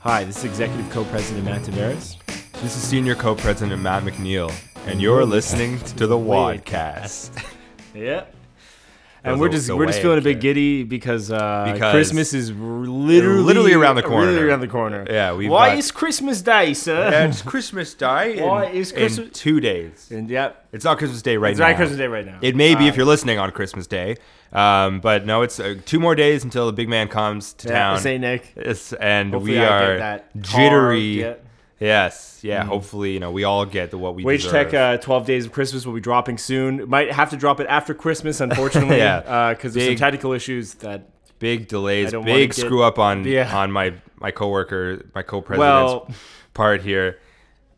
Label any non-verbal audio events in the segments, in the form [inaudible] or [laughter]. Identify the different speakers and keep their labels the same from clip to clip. Speaker 1: Hi, this is Executive Co-President Matt Tavares.
Speaker 2: This is Senior Co President Matt McNeil, and you're listening to the Wadcast.
Speaker 1: Yeah.
Speaker 2: That
Speaker 1: And
Speaker 2: was
Speaker 1: we're
Speaker 2: a-
Speaker 1: just
Speaker 2: the
Speaker 1: we're just
Speaker 2: way
Speaker 1: feeling a
Speaker 2: it
Speaker 1: bit
Speaker 2: came.
Speaker 1: giddy because, uh,
Speaker 2: Because-
Speaker 1: Christmas is r- literally
Speaker 2: Literally around the corner.
Speaker 1: Literally around the corner.
Speaker 2: Yeah, we've
Speaker 1: Why
Speaker 2: got-
Speaker 1: is Christmas Day, sir?
Speaker 2: And it's Christmas Day in,
Speaker 1: Why is
Speaker 2: in
Speaker 1: Christmas-
Speaker 2: two days.
Speaker 1: [laughs] And yep,
Speaker 2: It's not Christmas Day right
Speaker 1: it's
Speaker 2: now.
Speaker 1: not Christmas Day Uh, right now.
Speaker 2: It may be if you're listening on Christmas Day, um, but no, it's uh, two more days until the big man comes to
Speaker 1: yeah,
Speaker 2: town.
Speaker 1: Saint Nick.
Speaker 2: It's, and
Speaker 1: Hopefully
Speaker 2: we
Speaker 1: I
Speaker 2: are
Speaker 1: get that card
Speaker 2: jittery.
Speaker 1: yet.
Speaker 2: Yes, yeah. Hopefully, you know, we all get the, what we
Speaker 1: Wage
Speaker 2: deserve.
Speaker 1: Tech uh, 12 Days of Christmas will be dropping soon. Might have to drop it after Christmas, unfortunately,
Speaker 2: [laughs] Yeah.
Speaker 1: because there's some
Speaker 2: Big-
Speaker 1: technical issues that.
Speaker 2: big
Speaker 1: I
Speaker 2: delays,
Speaker 1: don't wanna
Speaker 2: big
Speaker 1: get-
Speaker 2: screw up on
Speaker 1: Yeah.
Speaker 2: on my my coworker, my co-president's
Speaker 1: Well-
Speaker 2: part here.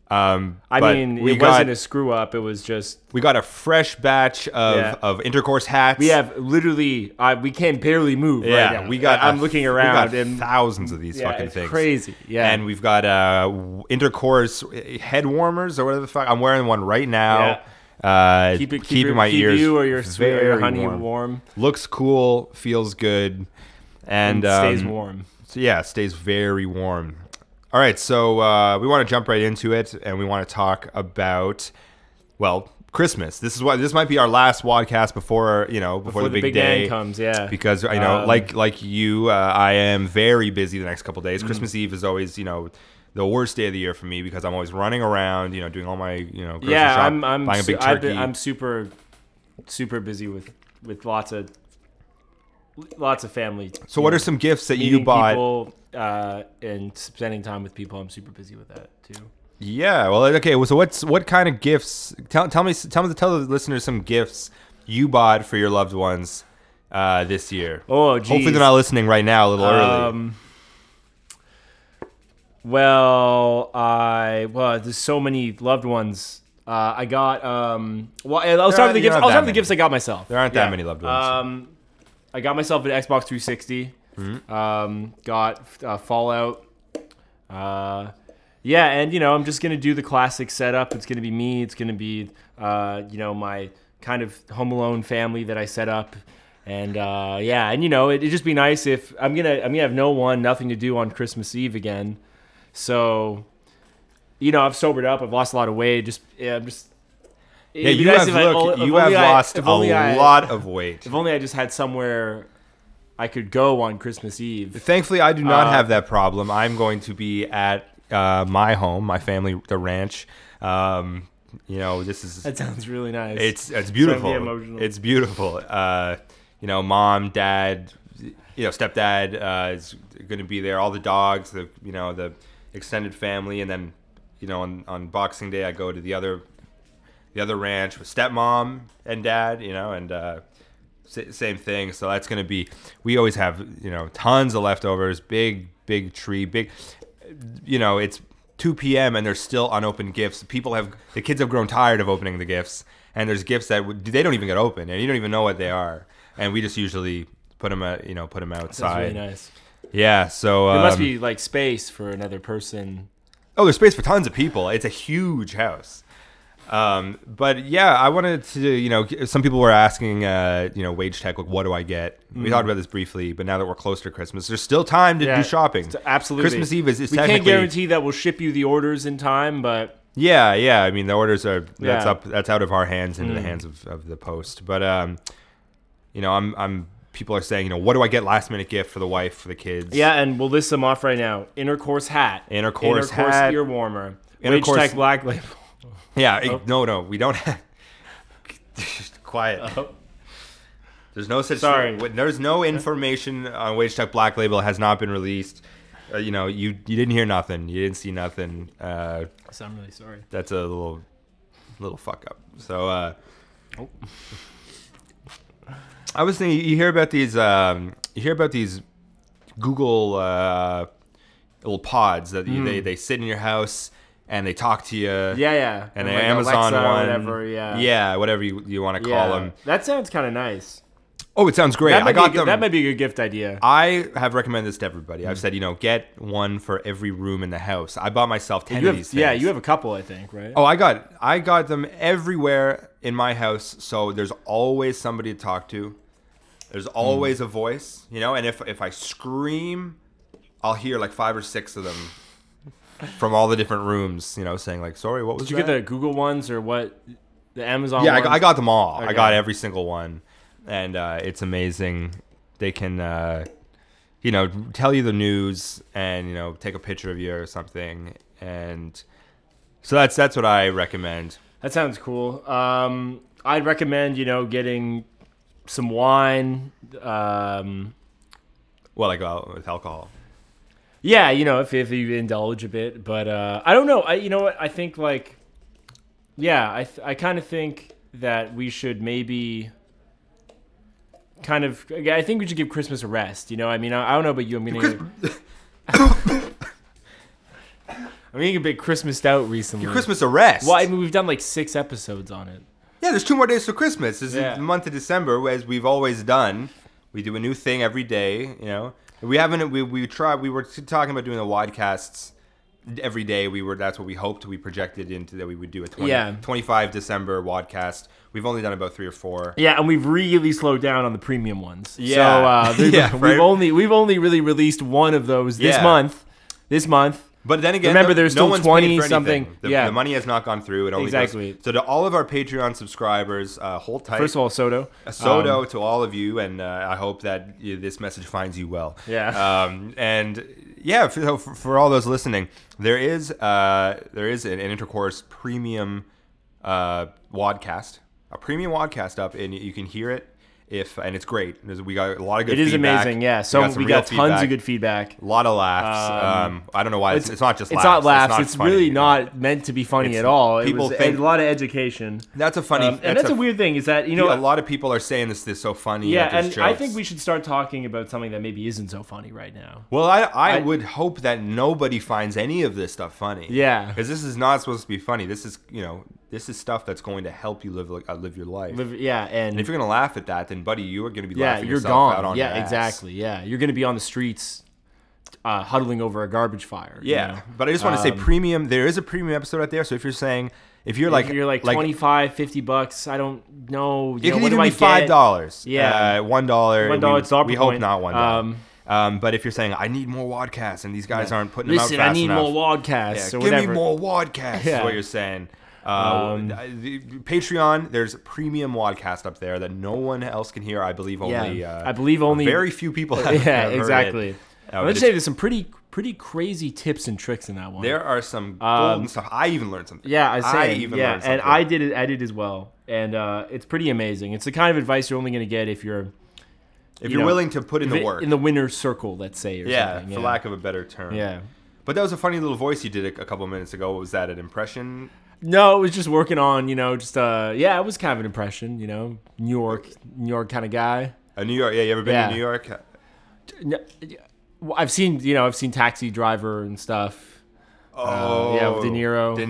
Speaker 2: Um,
Speaker 1: I
Speaker 2: but
Speaker 1: mean,
Speaker 2: we
Speaker 1: it
Speaker 2: got
Speaker 1: wasn't a screw up. It was just
Speaker 2: we got a fresh batch of
Speaker 1: Yeah.
Speaker 2: of intercourse hats.
Speaker 1: we have literally uh, we can barely move.
Speaker 2: yeah,
Speaker 1: right now.
Speaker 2: we got.
Speaker 1: I- I'm
Speaker 2: a-
Speaker 1: looking
Speaker 2: we got
Speaker 1: around and
Speaker 2: thousands of these
Speaker 1: yeah,
Speaker 2: fucking
Speaker 1: it's
Speaker 2: things.
Speaker 1: crazy. Yeah,
Speaker 2: And we've got uh, w- intercourse eh, head warmers or whatever the fuck. I'm wearing one right now. Uh,
Speaker 1: keep it keep
Speaker 2: keeping
Speaker 1: your,
Speaker 2: my
Speaker 1: keep
Speaker 2: ears
Speaker 1: you or your sweet or your
Speaker 2: very
Speaker 1: honey warm.
Speaker 2: warm. Looks cool, feels good, and,
Speaker 1: It stays
Speaker 2: um,
Speaker 1: warm.
Speaker 2: So yeah, it stays very warm. All right, so uh, we want to jump right into it, and we want to talk about well Christmas. This is what this might be our last podcast before you know before,
Speaker 1: Before
Speaker 2: the, big,
Speaker 1: man
Speaker 2: day
Speaker 1: comes, yeah.
Speaker 2: because I know
Speaker 1: Um,
Speaker 2: like like you, uh, I am very busy the next couple
Speaker 1: mm.
Speaker 2: days. Christmas Eve is always you know. The worst day of the year for me because I'm always running around, you know, doing all my, you know, grocery
Speaker 1: yeah,
Speaker 2: shop,
Speaker 1: I'm I'm
Speaker 2: buying a
Speaker 1: su-
Speaker 2: big
Speaker 1: I've
Speaker 2: turkey.
Speaker 1: been- I'm super super busy with with lots of lots of family.
Speaker 2: so, what are some gifts that you
Speaker 1: meeting
Speaker 2: bought?
Speaker 1: people uh, and spending time with people. I'm super busy with that too.
Speaker 2: Yeah. Well, okay. well, So, what's what kind of gifts? Tell tell me tell me tell the listeners some gifts you bought for your loved ones uh, this year.
Speaker 1: Oh, geez.
Speaker 2: Hopefully, they're not listening right now. A little early.
Speaker 1: Um, well, I well, there's so many loved ones. Uh, I got um. Well, I'll start
Speaker 2: aren't-
Speaker 1: with the
Speaker 2: you
Speaker 1: gifts.
Speaker 2: don't have
Speaker 1: I'll
Speaker 2: that
Speaker 1: start with the
Speaker 2: many.
Speaker 1: gifts I got myself.
Speaker 2: There aren't that many loved ones.
Speaker 1: Um, I got myself an Xbox 360.
Speaker 2: Mm-hmm.
Speaker 1: Um, got uh, Fallout. Uh, yeah, and you know, I'm just gonna do the classic setup. It's gonna be me. It's gonna be uh, you know, my kind of home alone family that I set up. And uh, yeah, and you know, it, it'd just be nice if I'm gonna I'm gonna have no one, nothing to do on Christmas Eve again. So, you know, I've sobered up. I've lost a lot of weight. Just yeah, I'm just.
Speaker 2: Yeah, you have
Speaker 1: oh,
Speaker 2: look, you have lost
Speaker 1: a
Speaker 2: a lot of weight.
Speaker 1: if only I just had somewhere I could go on Christmas Eve.
Speaker 2: Thankfully, I do not
Speaker 1: Uh,
Speaker 2: have that problem. I'm going to be at uh, my home, my family, the ranch. Um, you know, this is
Speaker 1: That sounds really nice.
Speaker 2: It's it's
Speaker 1: emotional.
Speaker 2: beautiful. It's beautiful. Uh, you know, mom, dad, you know, stepdad uh, is going to be there. All the dogs, the you know, the extended family, and then you know, on, on Boxing Day, I go to the other the other ranch with stepmom and dad. You know, and uh, sa- same thing. So that's going to be. We always have you know tons of leftovers. Big big tree. Big you know, it's 2 p.m. and there's still unopened gifts. People have the kids have grown tired of opening the gifts, and there's gifts that would- they don't even get open, and you don't even know what they are. And we just usually put them at, you know, put them
Speaker 1: Sounds
Speaker 2: outside.
Speaker 1: really nice.
Speaker 2: Yeah, so
Speaker 1: There must
Speaker 2: um,
Speaker 1: be like space for another person.
Speaker 2: oh, there's space for tons of people. It's a huge house. Um, but yeah, I wanted to, you know, some people were asking, uh, you know, wage tech, like, what do I get? We talked about this briefly, but now that we're close to Christmas, there's still time to
Speaker 1: Mm. Yeah,
Speaker 2: do shopping.
Speaker 1: Absolutely.
Speaker 2: Christmas Eve is, is
Speaker 1: we
Speaker 2: technically
Speaker 1: can't guarantee that we'll ship you the orders in time, but
Speaker 2: Yeah, yeah. I mean, the orders are that's
Speaker 1: Yeah. Mm.
Speaker 2: up that's out of our hands into the hands of, of the post. But um, you know, I'm I'm people are saying, you know, what do I get last minute gift for the wife for the kids?
Speaker 1: yeah, and we'll list them off right now. Intercourse hat,
Speaker 2: Intercourse
Speaker 1: intercourse
Speaker 2: hat.
Speaker 1: ear warmer,
Speaker 2: Intercourse-
Speaker 1: Wage Tech black [laughs] label.
Speaker 2: yeah.
Speaker 1: Oh.
Speaker 2: it- no, no, we don't. [laughs] have... Just Quiet.
Speaker 1: Oh,
Speaker 2: There's no such.
Speaker 1: Sorry.
Speaker 2: thing- There's no information on Wage Tech Black Label has not been released. Uh, you know, you you didn't hear nothing. You didn't see nothing. Uh,
Speaker 1: So I'm really sorry.
Speaker 2: that's a little little fuck up. So uh
Speaker 1: Oh.
Speaker 2: I was thinking you hear about these um you hear about these Google uh little pods that you they, they sit in your house and they talk to you.
Speaker 1: Hmm. Yeah, yeah. Oh
Speaker 2: And
Speaker 1: the
Speaker 2: the Amazon one,
Speaker 1: whatever. Yeah,
Speaker 2: yeah, whatever you, you want to call
Speaker 1: Yeah.
Speaker 2: them.
Speaker 1: That sounds kind of nice.
Speaker 2: Oh, it sounds great.
Speaker 1: That might,
Speaker 2: I got
Speaker 1: be a good,
Speaker 2: them.
Speaker 1: that might be a good gift idea.
Speaker 2: I have recommended this to everybody.
Speaker 1: Mm.
Speaker 2: I've said, you know, get one for every room in the house. I bought myself ten
Speaker 1: You
Speaker 2: of
Speaker 1: have-
Speaker 2: these. Things.
Speaker 1: yeah, you have a couple, I think, right?
Speaker 2: Oh, I got I got them everywhere in my house, so there's always somebody
Speaker 1: Mm.
Speaker 2: to talk to. There's always a voice, you know, and if if I scream I'll hear like five or six of them from all the different rooms, you know, saying like, "Sorry, what was
Speaker 1: Did you
Speaker 2: that?"
Speaker 1: get the Google ones or what? The Amazon.
Speaker 2: yeah, I
Speaker 1: ones?
Speaker 2: got, I got them all. I
Speaker 1: Okay.
Speaker 2: got every single one, and uh, it's amazing. They can, uh, you know, tell you the news and you know take a picture of you or something, and so that's that's what I recommend.
Speaker 1: That sounds cool. Um, I'd recommend you know getting some wine. Um,
Speaker 2: Well, I go out with alcohol.
Speaker 1: yeah, you know if if you indulge a bit, but uh, I don't know. I you know what I think like, yeah, I th- I kind of think that we should maybe. Kind of, I think we should give Christmas a rest. You know, I mean, I, I don't know about you. I'm getting, [coughs] I'm getting a bit Christmased out recently.
Speaker 2: Give Christmas a rest.
Speaker 1: Well, I mean, we've done like six episodes on it.
Speaker 2: Yeah, there's two more days to Christmas. This
Speaker 1: Yeah.
Speaker 2: is the month of December, as we've always done. We do a new thing every day. You know, we haven't. We we tried. We were talking about doing the widecasts every day. We were. That's what we hoped. We projected into that we would do a 20,
Speaker 1: Yeah.
Speaker 2: 25 December wadcast. We've only done about three or four.
Speaker 1: Yeah, and we've really slowed down on the premium ones. So
Speaker 2: Yeah. [laughs]
Speaker 1: uh, they've-
Speaker 2: Yeah,
Speaker 1: we've
Speaker 2: right.
Speaker 1: only we've only really released one of those this
Speaker 2: Yeah.
Speaker 1: month. This month.
Speaker 2: But then again,
Speaker 1: Remember,
Speaker 2: no-
Speaker 1: there's
Speaker 2: no
Speaker 1: still
Speaker 2: one's paid
Speaker 1: 20
Speaker 2: for anything.
Speaker 1: something.
Speaker 2: The,
Speaker 1: Yeah.
Speaker 2: the money has not gone through. It only goes-
Speaker 1: Exactly.
Speaker 2: so to all of our Patreon subscribers, uh, hold tight.
Speaker 1: First of all, Soto.
Speaker 2: A Soto
Speaker 1: Um,
Speaker 2: to all of you, and uh, I hope that uh, this message finds you well.
Speaker 1: Yeah.
Speaker 2: [laughs] Um, and yeah, for, for, for all those listening, there is uh, there is an, an intercourse premium uh, wadcast, a premium wadcast up, and you can hear it if, and it's great. There's, we got a lot of
Speaker 1: It
Speaker 2: good.
Speaker 1: is
Speaker 2: feedback.
Speaker 1: amazing. Yeah. So we got,
Speaker 2: some real
Speaker 1: tons
Speaker 2: feedback,
Speaker 1: of good feedback.
Speaker 2: a lot of laughs. Um, I don't know why it's, it's, not just
Speaker 1: it's
Speaker 2: laughs.
Speaker 1: not laughs. It's,
Speaker 2: funny,
Speaker 1: really
Speaker 2: you know.
Speaker 1: not meant to be funny
Speaker 2: It's-
Speaker 1: at all. It
Speaker 2: people
Speaker 1: was a-
Speaker 2: think-
Speaker 1: a lot of education.
Speaker 2: That's a funny.
Speaker 1: Um, and that's a, weird thing is that you know
Speaker 2: a lot of people are saying this. This is so funny.
Speaker 1: yeah,
Speaker 2: like,
Speaker 1: and
Speaker 2: there's
Speaker 1: I
Speaker 2: jokes.
Speaker 1: think we should start talking about something that maybe isn't so funny right now.
Speaker 2: Well, I, I,
Speaker 1: I-
Speaker 2: would hope that nobody finds any of this stuff funny.
Speaker 1: Yeah.
Speaker 2: Because this is not supposed to be funny. This is, you know, this is stuff that's going to help you live uh, live your life.
Speaker 1: Live- yeah, and
Speaker 2: and if you're going to laugh at that, then, buddy, you are going to be
Speaker 1: yeah,
Speaker 2: laughing
Speaker 1: you're
Speaker 2: yourself
Speaker 1: gone.
Speaker 2: out on
Speaker 1: yeah,
Speaker 2: your ass.
Speaker 1: exactly. Yeah, you're gonna be on the streets, uh, huddling over a garbage fire. you
Speaker 2: Yeah.
Speaker 1: know? um,
Speaker 2: But I just want to say premium. There is a premium episode out there. So if you're saying, if you're like,
Speaker 1: you're like, twenty five, fifty 25 50 bucks i don't know you
Speaker 2: It
Speaker 1: know,
Speaker 2: can
Speaker 1: what
Speaker 2: even
Speaker 1: do I
Speaker 2: be
Speaker 1: get?
Speaker 2: five dollars.
Speaker 1: Yeah.
Speaker 2: uh, one dollar.
Speaker 1: One dollar,
Speaker 2: We-
Speaker 1: it's dollar
Speaker 2: We
Speaker 1: per
Speaker 2: hope
Speaker 1: point.
Speaker 2: not one dollar.
Speaker 1: Um,
Speaker 2: Um, but if you're saying I need more wadcasts and these guys aren't putting
Speaker 1: listen
Speaker 2: them out fast
Speaker 1: i need
Speaker 2: enough,
Speaker 1: more wadcasts
Speaker 2: Yeah,
Speaker 1: or
Speaker 2: give
Speaker 1: whatever
Speaker 2: me more Wadcasts.
Speaker 1: Yeah. Um,
Speaker 2: Is what you're saying. Uh, I- the- Patreon, there's a premium Wadcast up there that no one else can hear. I believe
Speaker 1: Yeah.
Speaker 2: only. Uh,
Speaker 1: I believe only-
Speaker 2: very few people. [laughs]
Speaker 1: [laughs]
Speaker 2: Have,
Speaker 1: yeah
Speaker 2: have heard
Speaker 1: exactly
Speaker 2: it. Uh,
Speaker 1: i'm
Speaker 2: but
Speaker 1: gonna
Speaker 2: it's-
Speaker 1: say there's some pretty pretty crazy tips and tricks in that one
Speaker 2: there are some golden stuff. I even learned something.
Speaker 1: Um, yeah i, was saying,
Speaker 2: even
Speaker 1: yeah and
Speaker 2: learned something.
Speaker 1: i did it i did as well and uh, it's pretty amazing it's the kind of advice you're only going to get if you're
Speaker 2: if
Speaker 1: you
Speaker 2: you're
Speaker 1: know,
Speaker 2: willing to put in the
Speaker 1: vi-
Speaker 2: work,
Speaker 1: in the winner's circle let's say or
Speaker 2: yeah,
Speaker 1: something
Speaker 2: for lack of a better term,
Speaker 1: yeah
Speaker 2: But that was a funny little voice you did a, a couple minutes ago. What was that? An impression?
Speaker 1: No, it was just working on, you know, just uh yeah, it was kind of an impression, you know. New York, New York kind of guy.
Speaker 2: A New York? Yeah, you ever been
Speaker 1: Yeah.
Speaker 2: to New York?
Speaker 1: No, well, I've seen, you know, I've seen Taxi Driver and stuff.
Speaker 2: Oh,
Speaker 1: Uh, yeah, with De Niro.
Speaker 2: De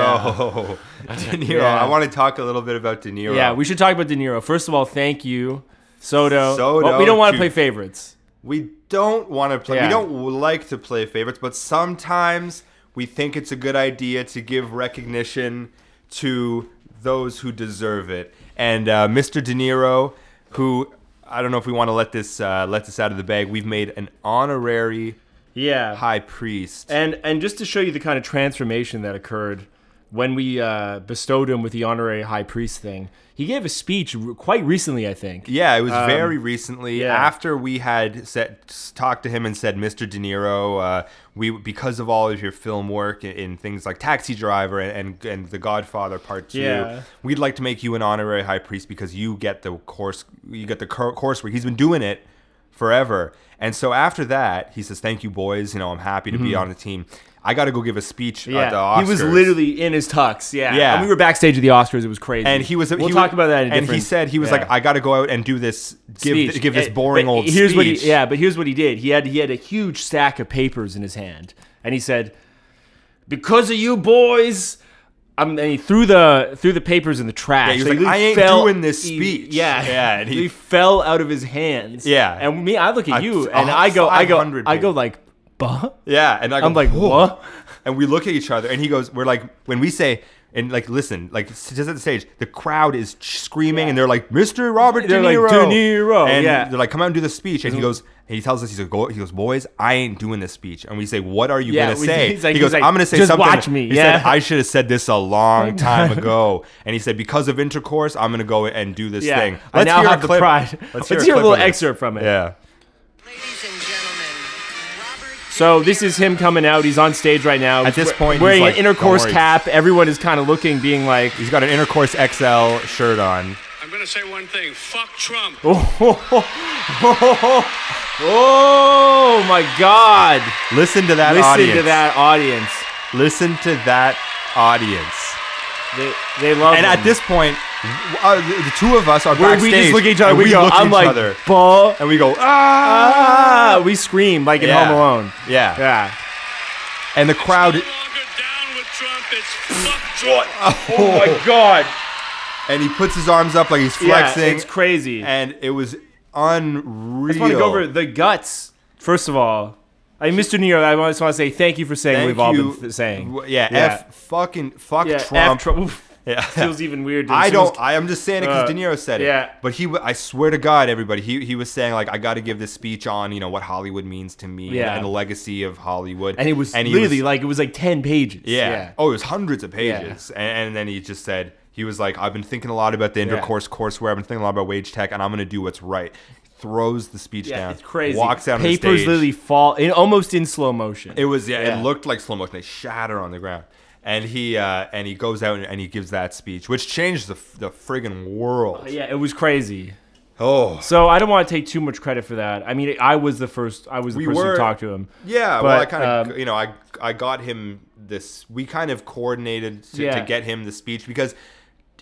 Speaker 2: Niro. [laughs] De Niro.
Speaker 1: [laughs] Yeah.
Speaker 2: I want to talk a little bit about De Niro.
Speaker 1: Yeah, we should talk about De Niro. First of all, thank you, Soto.
Speaker 2: Soto,
Speaker 1: Well, we don't want to
Speaker 2: to-
Speaker 1: play favorites.
Speaker 2: We don't want to play.
Speaker 1: Yeah.
Speaker 2: We don't w- like to play favorites, but sometimes we think it's a good idea to give recognition to those who deserve it. And uh, Mr. De Niro, who I don't know if we want to let this uh, let this out of the bag, we've made an honorary
Speaker 1: Yeah.
Speaker 2: high priest.
Speaker 1: And and just to show you the kind of transformation that occurred when we uh, bestowed him with the honorary high priest thing, he gave a speech r- quite recently, I think. Um,
Speaker 2: Yeah, it was very recently
Speaker 1: yeah.
Speaker 2: after we had set, talked to him and said, "Mr. De Niro, uh, we because of all of your film work in, in things like Taxi Driver and, and and The Godfather Part Two,
Speaker 1: Yeah.
Speaker 2: we'd like to make you an honorary high priest because you get the course, you get the cur- coursework. He's been doing it forever, and so after that, he says, "Thank you, boys. You know, I'm happy to be on the team. I got to go give a speech at the
Speaker 1: Mm-hmm. Yeah,
Speaker 2: Oscars."
Speaker 1: he was literally in his tux. Yeah,
Speaker 2: Yeah.
Speaker 1: And we were backstage at the Oscars. It was crazy.
Speaker 2: And he was.
Speaker 1: We'll
Speaker 2: he
Speaker 1: talk
Speaker 2: was-
Speaker 1: about that. In a
Speaker 2: and he
Speaker 1: different-
Speaker 2: said he was
Speaker 1: yeah.
Speaker 2: like, "I got to go out and do this. Give
Speaker 1: speech.
Speaker 2: give this
Speaker 1: Uh,
Speaker 2: boring
Speaker 1: but
Speaker 2: old
Speaker 1: here's
Speaker 2: speech."
Speaker 1: what he yeah but here's what he did he had he had a huge stack of papers in his hand and he said because of you boys um, and he threw the threw the papers in the trash.
Speaker 2: he was
Speaker 1: So
Speaker 2: like,
Speaker 1: literally
Speaker 2: "I ain't
Speaker 1: fell-
Speaker 2: doing this
Speaker 1: he-
Speaker 2: speech."
Speaker 1: yeah,
Speaker 2: [laughs] Yeah, and
Speaker 1: he,
Speaker 2: he-
Speaker 1: fell out of his hands.
Speaker 2: Yeah.
Speaker 1: and me, I look at
Speaker 2: A-
Speaker 1: you,
Speaker 2: a
Speaker 1: and I go, I go,
Speaker 2: 500
Speaker 1: I go
Speaker 2: page.
Speaker 1: like, "Buh."
Speaker 2: Yeah, and I go,
Speaker 1: I'm like,
Speaker 2: "Whoa."
Speaker 1: "What?"
Speaker 2: And we look at each other, and he goes, "We're like when we say And like, listen, like s- just at the stage, the crowd is ch- screaming, and they're like, "Mr. Robert De
Speaker 1: They're like,
Speaker 2: Niro,
Speaker 1: "De Niro,"
Speaker 2: and
Speaker 1: yeah.
Speaker 2: they're like, "Come out and do the speech." And he goes, and he tells us, "He's a go." He goes, "Boys, I ain't doing this speech." And we say, "What are you
Speaker 1: Yeah,
Speaker 2: gonna
Speaker 1: we-
Speaker 2: say?"
Speaker 1: he's like-
Speaker 2: he goes,
Speaker 1: he's like,
Speaker 2: "I'm gonna say
Speaker 1: "Just
Speaker 2: something."
Speaker 1: watch me,
Speaker 2: He
Speaker 1: yeah.
Speaker 2: said, "I should have said this a
Speaker 1: [laughs]
Speaker 2: long time ago." And he said, "Because of intercourse, I'm gonna go and do this thing."
Speaker 1: I now
Speaker 2: hear a
Speaker 1: have the
Speaker 2: clip-
Speaker 1: pride.
Speaker 2: Let's
Speaker 1: Let's
Speaker 2: hear,
Speaker 1: hear, a
Speaker 2: clip
Speaker 1: little
Speaker 2: of this.
Speaker 1: excerpt from it.
Speaker 2: Yeah.
Speaker 3: Ladies and gentlemen, Robert.
Speaker 1: So this is him coming out. He's on stage right now.
Speaker 2: At this
Speaker 1: He's
Speaker 2: point,
Speaker 1: wearing
Speaker 2: he's
Speaker 1: an
Speaker 2: like,
Speaker 1: intercourse
Speaker 2: "Don't worry."
Speaker 1: cap. Everyone is kind of looking, being like,
Speaker 2: He's got an intercourse XL shirt on.
Speaker 4: I'm going to say one thing. Fuck Trump.
Speaker 1: [laughs] "Oh my God!"
Speaker 2: Listen to that
Speaker 1: Listen
Speaker 2: audience.
Speaker 1: to that audience.
Speaker 2: Listen to that audience.
Speaker 1: They they love.
Speaker 2: And at
Speaker 1: him.
Speaker 2: this point, uh, the the two of us are
Speaker 1: Where we
Speaker 2: backstage.
Speaker 1: just look at each other.
Speaker 2: and
Speaker 1: We, go,
Speaker 2: look at
Speaker 1: I'm
Speaker 2: each
Speaker 1: like,
Speaker 2: other,
Speaker 1: "Bull."
Speaker 2: and we go, ah!
Speaker 1: Ah, we scream like in
Speaker 2: Yeah.
Speaker 1: Home Alone.
Speaker 2: Yeah.
Speaker 1: Yeah.
Speaker 2: And the
Speaker 1: [laughs]
Speaker 2: crowd,
Speaker 4: No longer down with Trump. It's fuck Trump.
Speaker 1: Oh [laughs] my God.
Speaker 2: and he puts his arms up like he's
Speaker 1: Yeah,
Speaker 2: flexing.
Speaker 1: it's crazy.
Speaker 2: And it was unreal.
Speaker 1: I just want to go over the guts first of all. I, Mr. Nero, I just want to say thank you for saying what
Speaker 2: Thank
Speaker 1: we've all
Speaker 2: you.
Speaker 1: been th- saying.
Speaker 2: W- Yeah, F fucking fuck
Speaker 1: yeah,
Speaker 2: Trump.
Speaker 1: F Trump. Oof.
Speaker 2: Yeah. [laughs]
Speaker 1: Feels even weird.
Speaker 2: I don't. I, am just saying it because
Speaker 1: Uh,
Speaker 2: De Niro said it.
Speaker 1: yeah.
Speaker 2: But he, w- I swear to God, everybody, he he was saying like, I got to give this speech on you know what Hollywood means to me
Speaker 1: Yeah.
Speaker 2: and the legacy of Hollywood.
Speaker 1: and it was
Speaker 2: he
Speaker 1: literally
Speaker 2: was-
Speaker 1: like it was like ten pages.
Speaker 2: yeah. Oh, it was hundreds of pages. And, and then he just said he was like, I've been thinking a lot about the intercourse courseware. I've been thinking a lot about wage tech, and I'm gonna do what's right. Throws the speech
Speaker 1: Yeah,
Speaker 2: down.
Speaker 1: it's crazy.
Speaker 2: Walks out
Speaker 1: Papers
Speaker 2: on the stage.
Speaker 1: literally fall in almost in slow motion.
Speaker 2: It was yeah,
Speaker 1: Yeah.
Speaker 2: It looked like slow motion. They shatter on the ground, and he uh, and he goes out and, and he gives that speech, which changed the f- the friggin' world.
Speaker 1: yeah, it was crazy.
Speaker 2: Oh.
Speaker 1: So I don't want to take too much credit for that. I mean, I was the first. I was the
Speaker 2: We
Speaker 1: person
Speaker 2: were-
Speaker 1: who talked to him.
Speaker 2: Yeah, well, I
Speaker 1: But,
Speaker 2: kind of,
Speaker 1: um,
Speaker 2: you know, I I got him this. We kind of coordinated to,
Speaker 1: Yeah.
Speaker 2: to get him the speech because,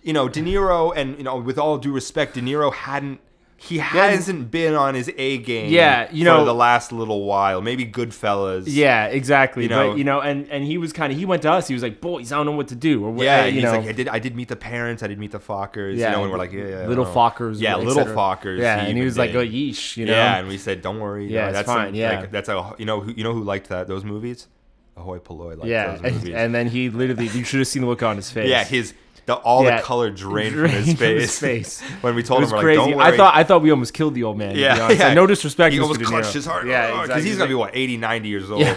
Speaker 2: you know, De Niro and you know, with all due respect, De Niro hadn't. He hasn't been on his A game.
Speaker 1: Yeah, you
Speaker 2: for
Speaker 1: know-
Speaker 2: the last little while. Maybe Goodfellas.
Speaker 1: Yeah, exactly.
Speaker 2: You know-
Speaker 1: but you know, and and he was kind of he went to us. He was like, "Boys, I don't know what to do." Or what-
Speaker 2: Yeah,
Speaker 1: uh,
Speaker 2: and
Speaker 1: you
Speaker 2: he's
Speaker 1: know.
Speaker 2: like, I did, I did meet the parents, I did meet the Fockers,
Speaker 1: Yeah,
Speaker 2: you know, and we're like, yeah, yeah, I
Speaker 1: little
Speaker 2: don't know.
Speaker 1: Fockers,
Speaker 2: yeah,
Speaker 1: et
Speaker 2: little
Speaker 1: cetera.
Speaker 2: Fockers,
Speaker 1: Yeah, and he
Speaker 2: even
Speaker 1: was like,
Speaker 2: did.
Speaker 1: "Oh, yeesh," you know.
Speaker 2: yeah, and we said, don't worry, you
Speaker 1: Yeah,
Speaker 2: know,
Speaker 1: it's
Speaker 2: that's
Speaker 1: fine,
Speaker 2: some-
Speaker 1: yeah.
Speaker 2: like, that's a, you know, who, you know who liked that those movies, Ahoy Polloi liked
Speaker 1: yeah,
Speaker 2: those
Speaker 1: and,
Speaker 2: movies,
Speaker 1: and then he literally, you should have seen the look on his face.
Speaker 2: Yeah, his the all
Speaker 1: Yeah.
Speaker 2: the color drained, from
Speaker 1: Drained
Speaker 2: his
Speaker 1: from
Speaker 2: face.
Speaker 1: his face.
Speaker 2: [laughs] when we
Speaker 1: It
Speaker 2: told
Speaker 1: was
Speaker 2: him, we're
Speaker 1: crazy.
Speaker 2: like, don't worry.
Speaker 1: I thought I thought we almost killed the old man. to be
Speaker 2: yeah,
Speaker 1: honest.
Speaker 2: yeah.
Speaker 1: Like, no disrespect.
Speaker 2: He
Speaker 1: Mr.
Speaker 2: almost
Speaker 1: De Niro.
Speaker 2: clutched his heart.
Speaker 1: Yeah,
Speaker 2: because
Speaker 1: exactly.
Speaker 2: he's gonna be what 80, 90 years old,
Speaker 1: Yeah.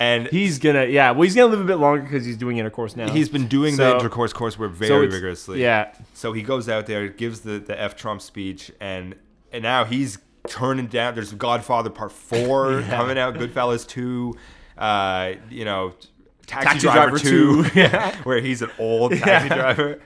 Speaker 2: and
Speaker 1: He's gonna. Yeah, well, he's gonna live a bit longer because he's doing intercourse now.
Speaker 2: he's been doing the
Speaker 1: So-
Speaker 2: intercourse courseware very
Speaker 1: so it's-
Speaker 2: rigorously.
Speaker 1: Yeah,
Speaker 2: So he goes out there, gives the the F Trump speech, and and now he's turning down. There's Godfather
Speaker 1: [laughs]
Speaker 2: Part Four coming out, Goodfellas Two, uh, you know, Taxi,
Speaker 1: Taxi
Speaker 2: Driver,
Speaker 1: Driver
Speaker 2: Two,
Speaker 1: 2, [laughs]
Speaker 2: [laughs]
Speaker 1: yeah.
Speaker 2: where he's an old taxi driver.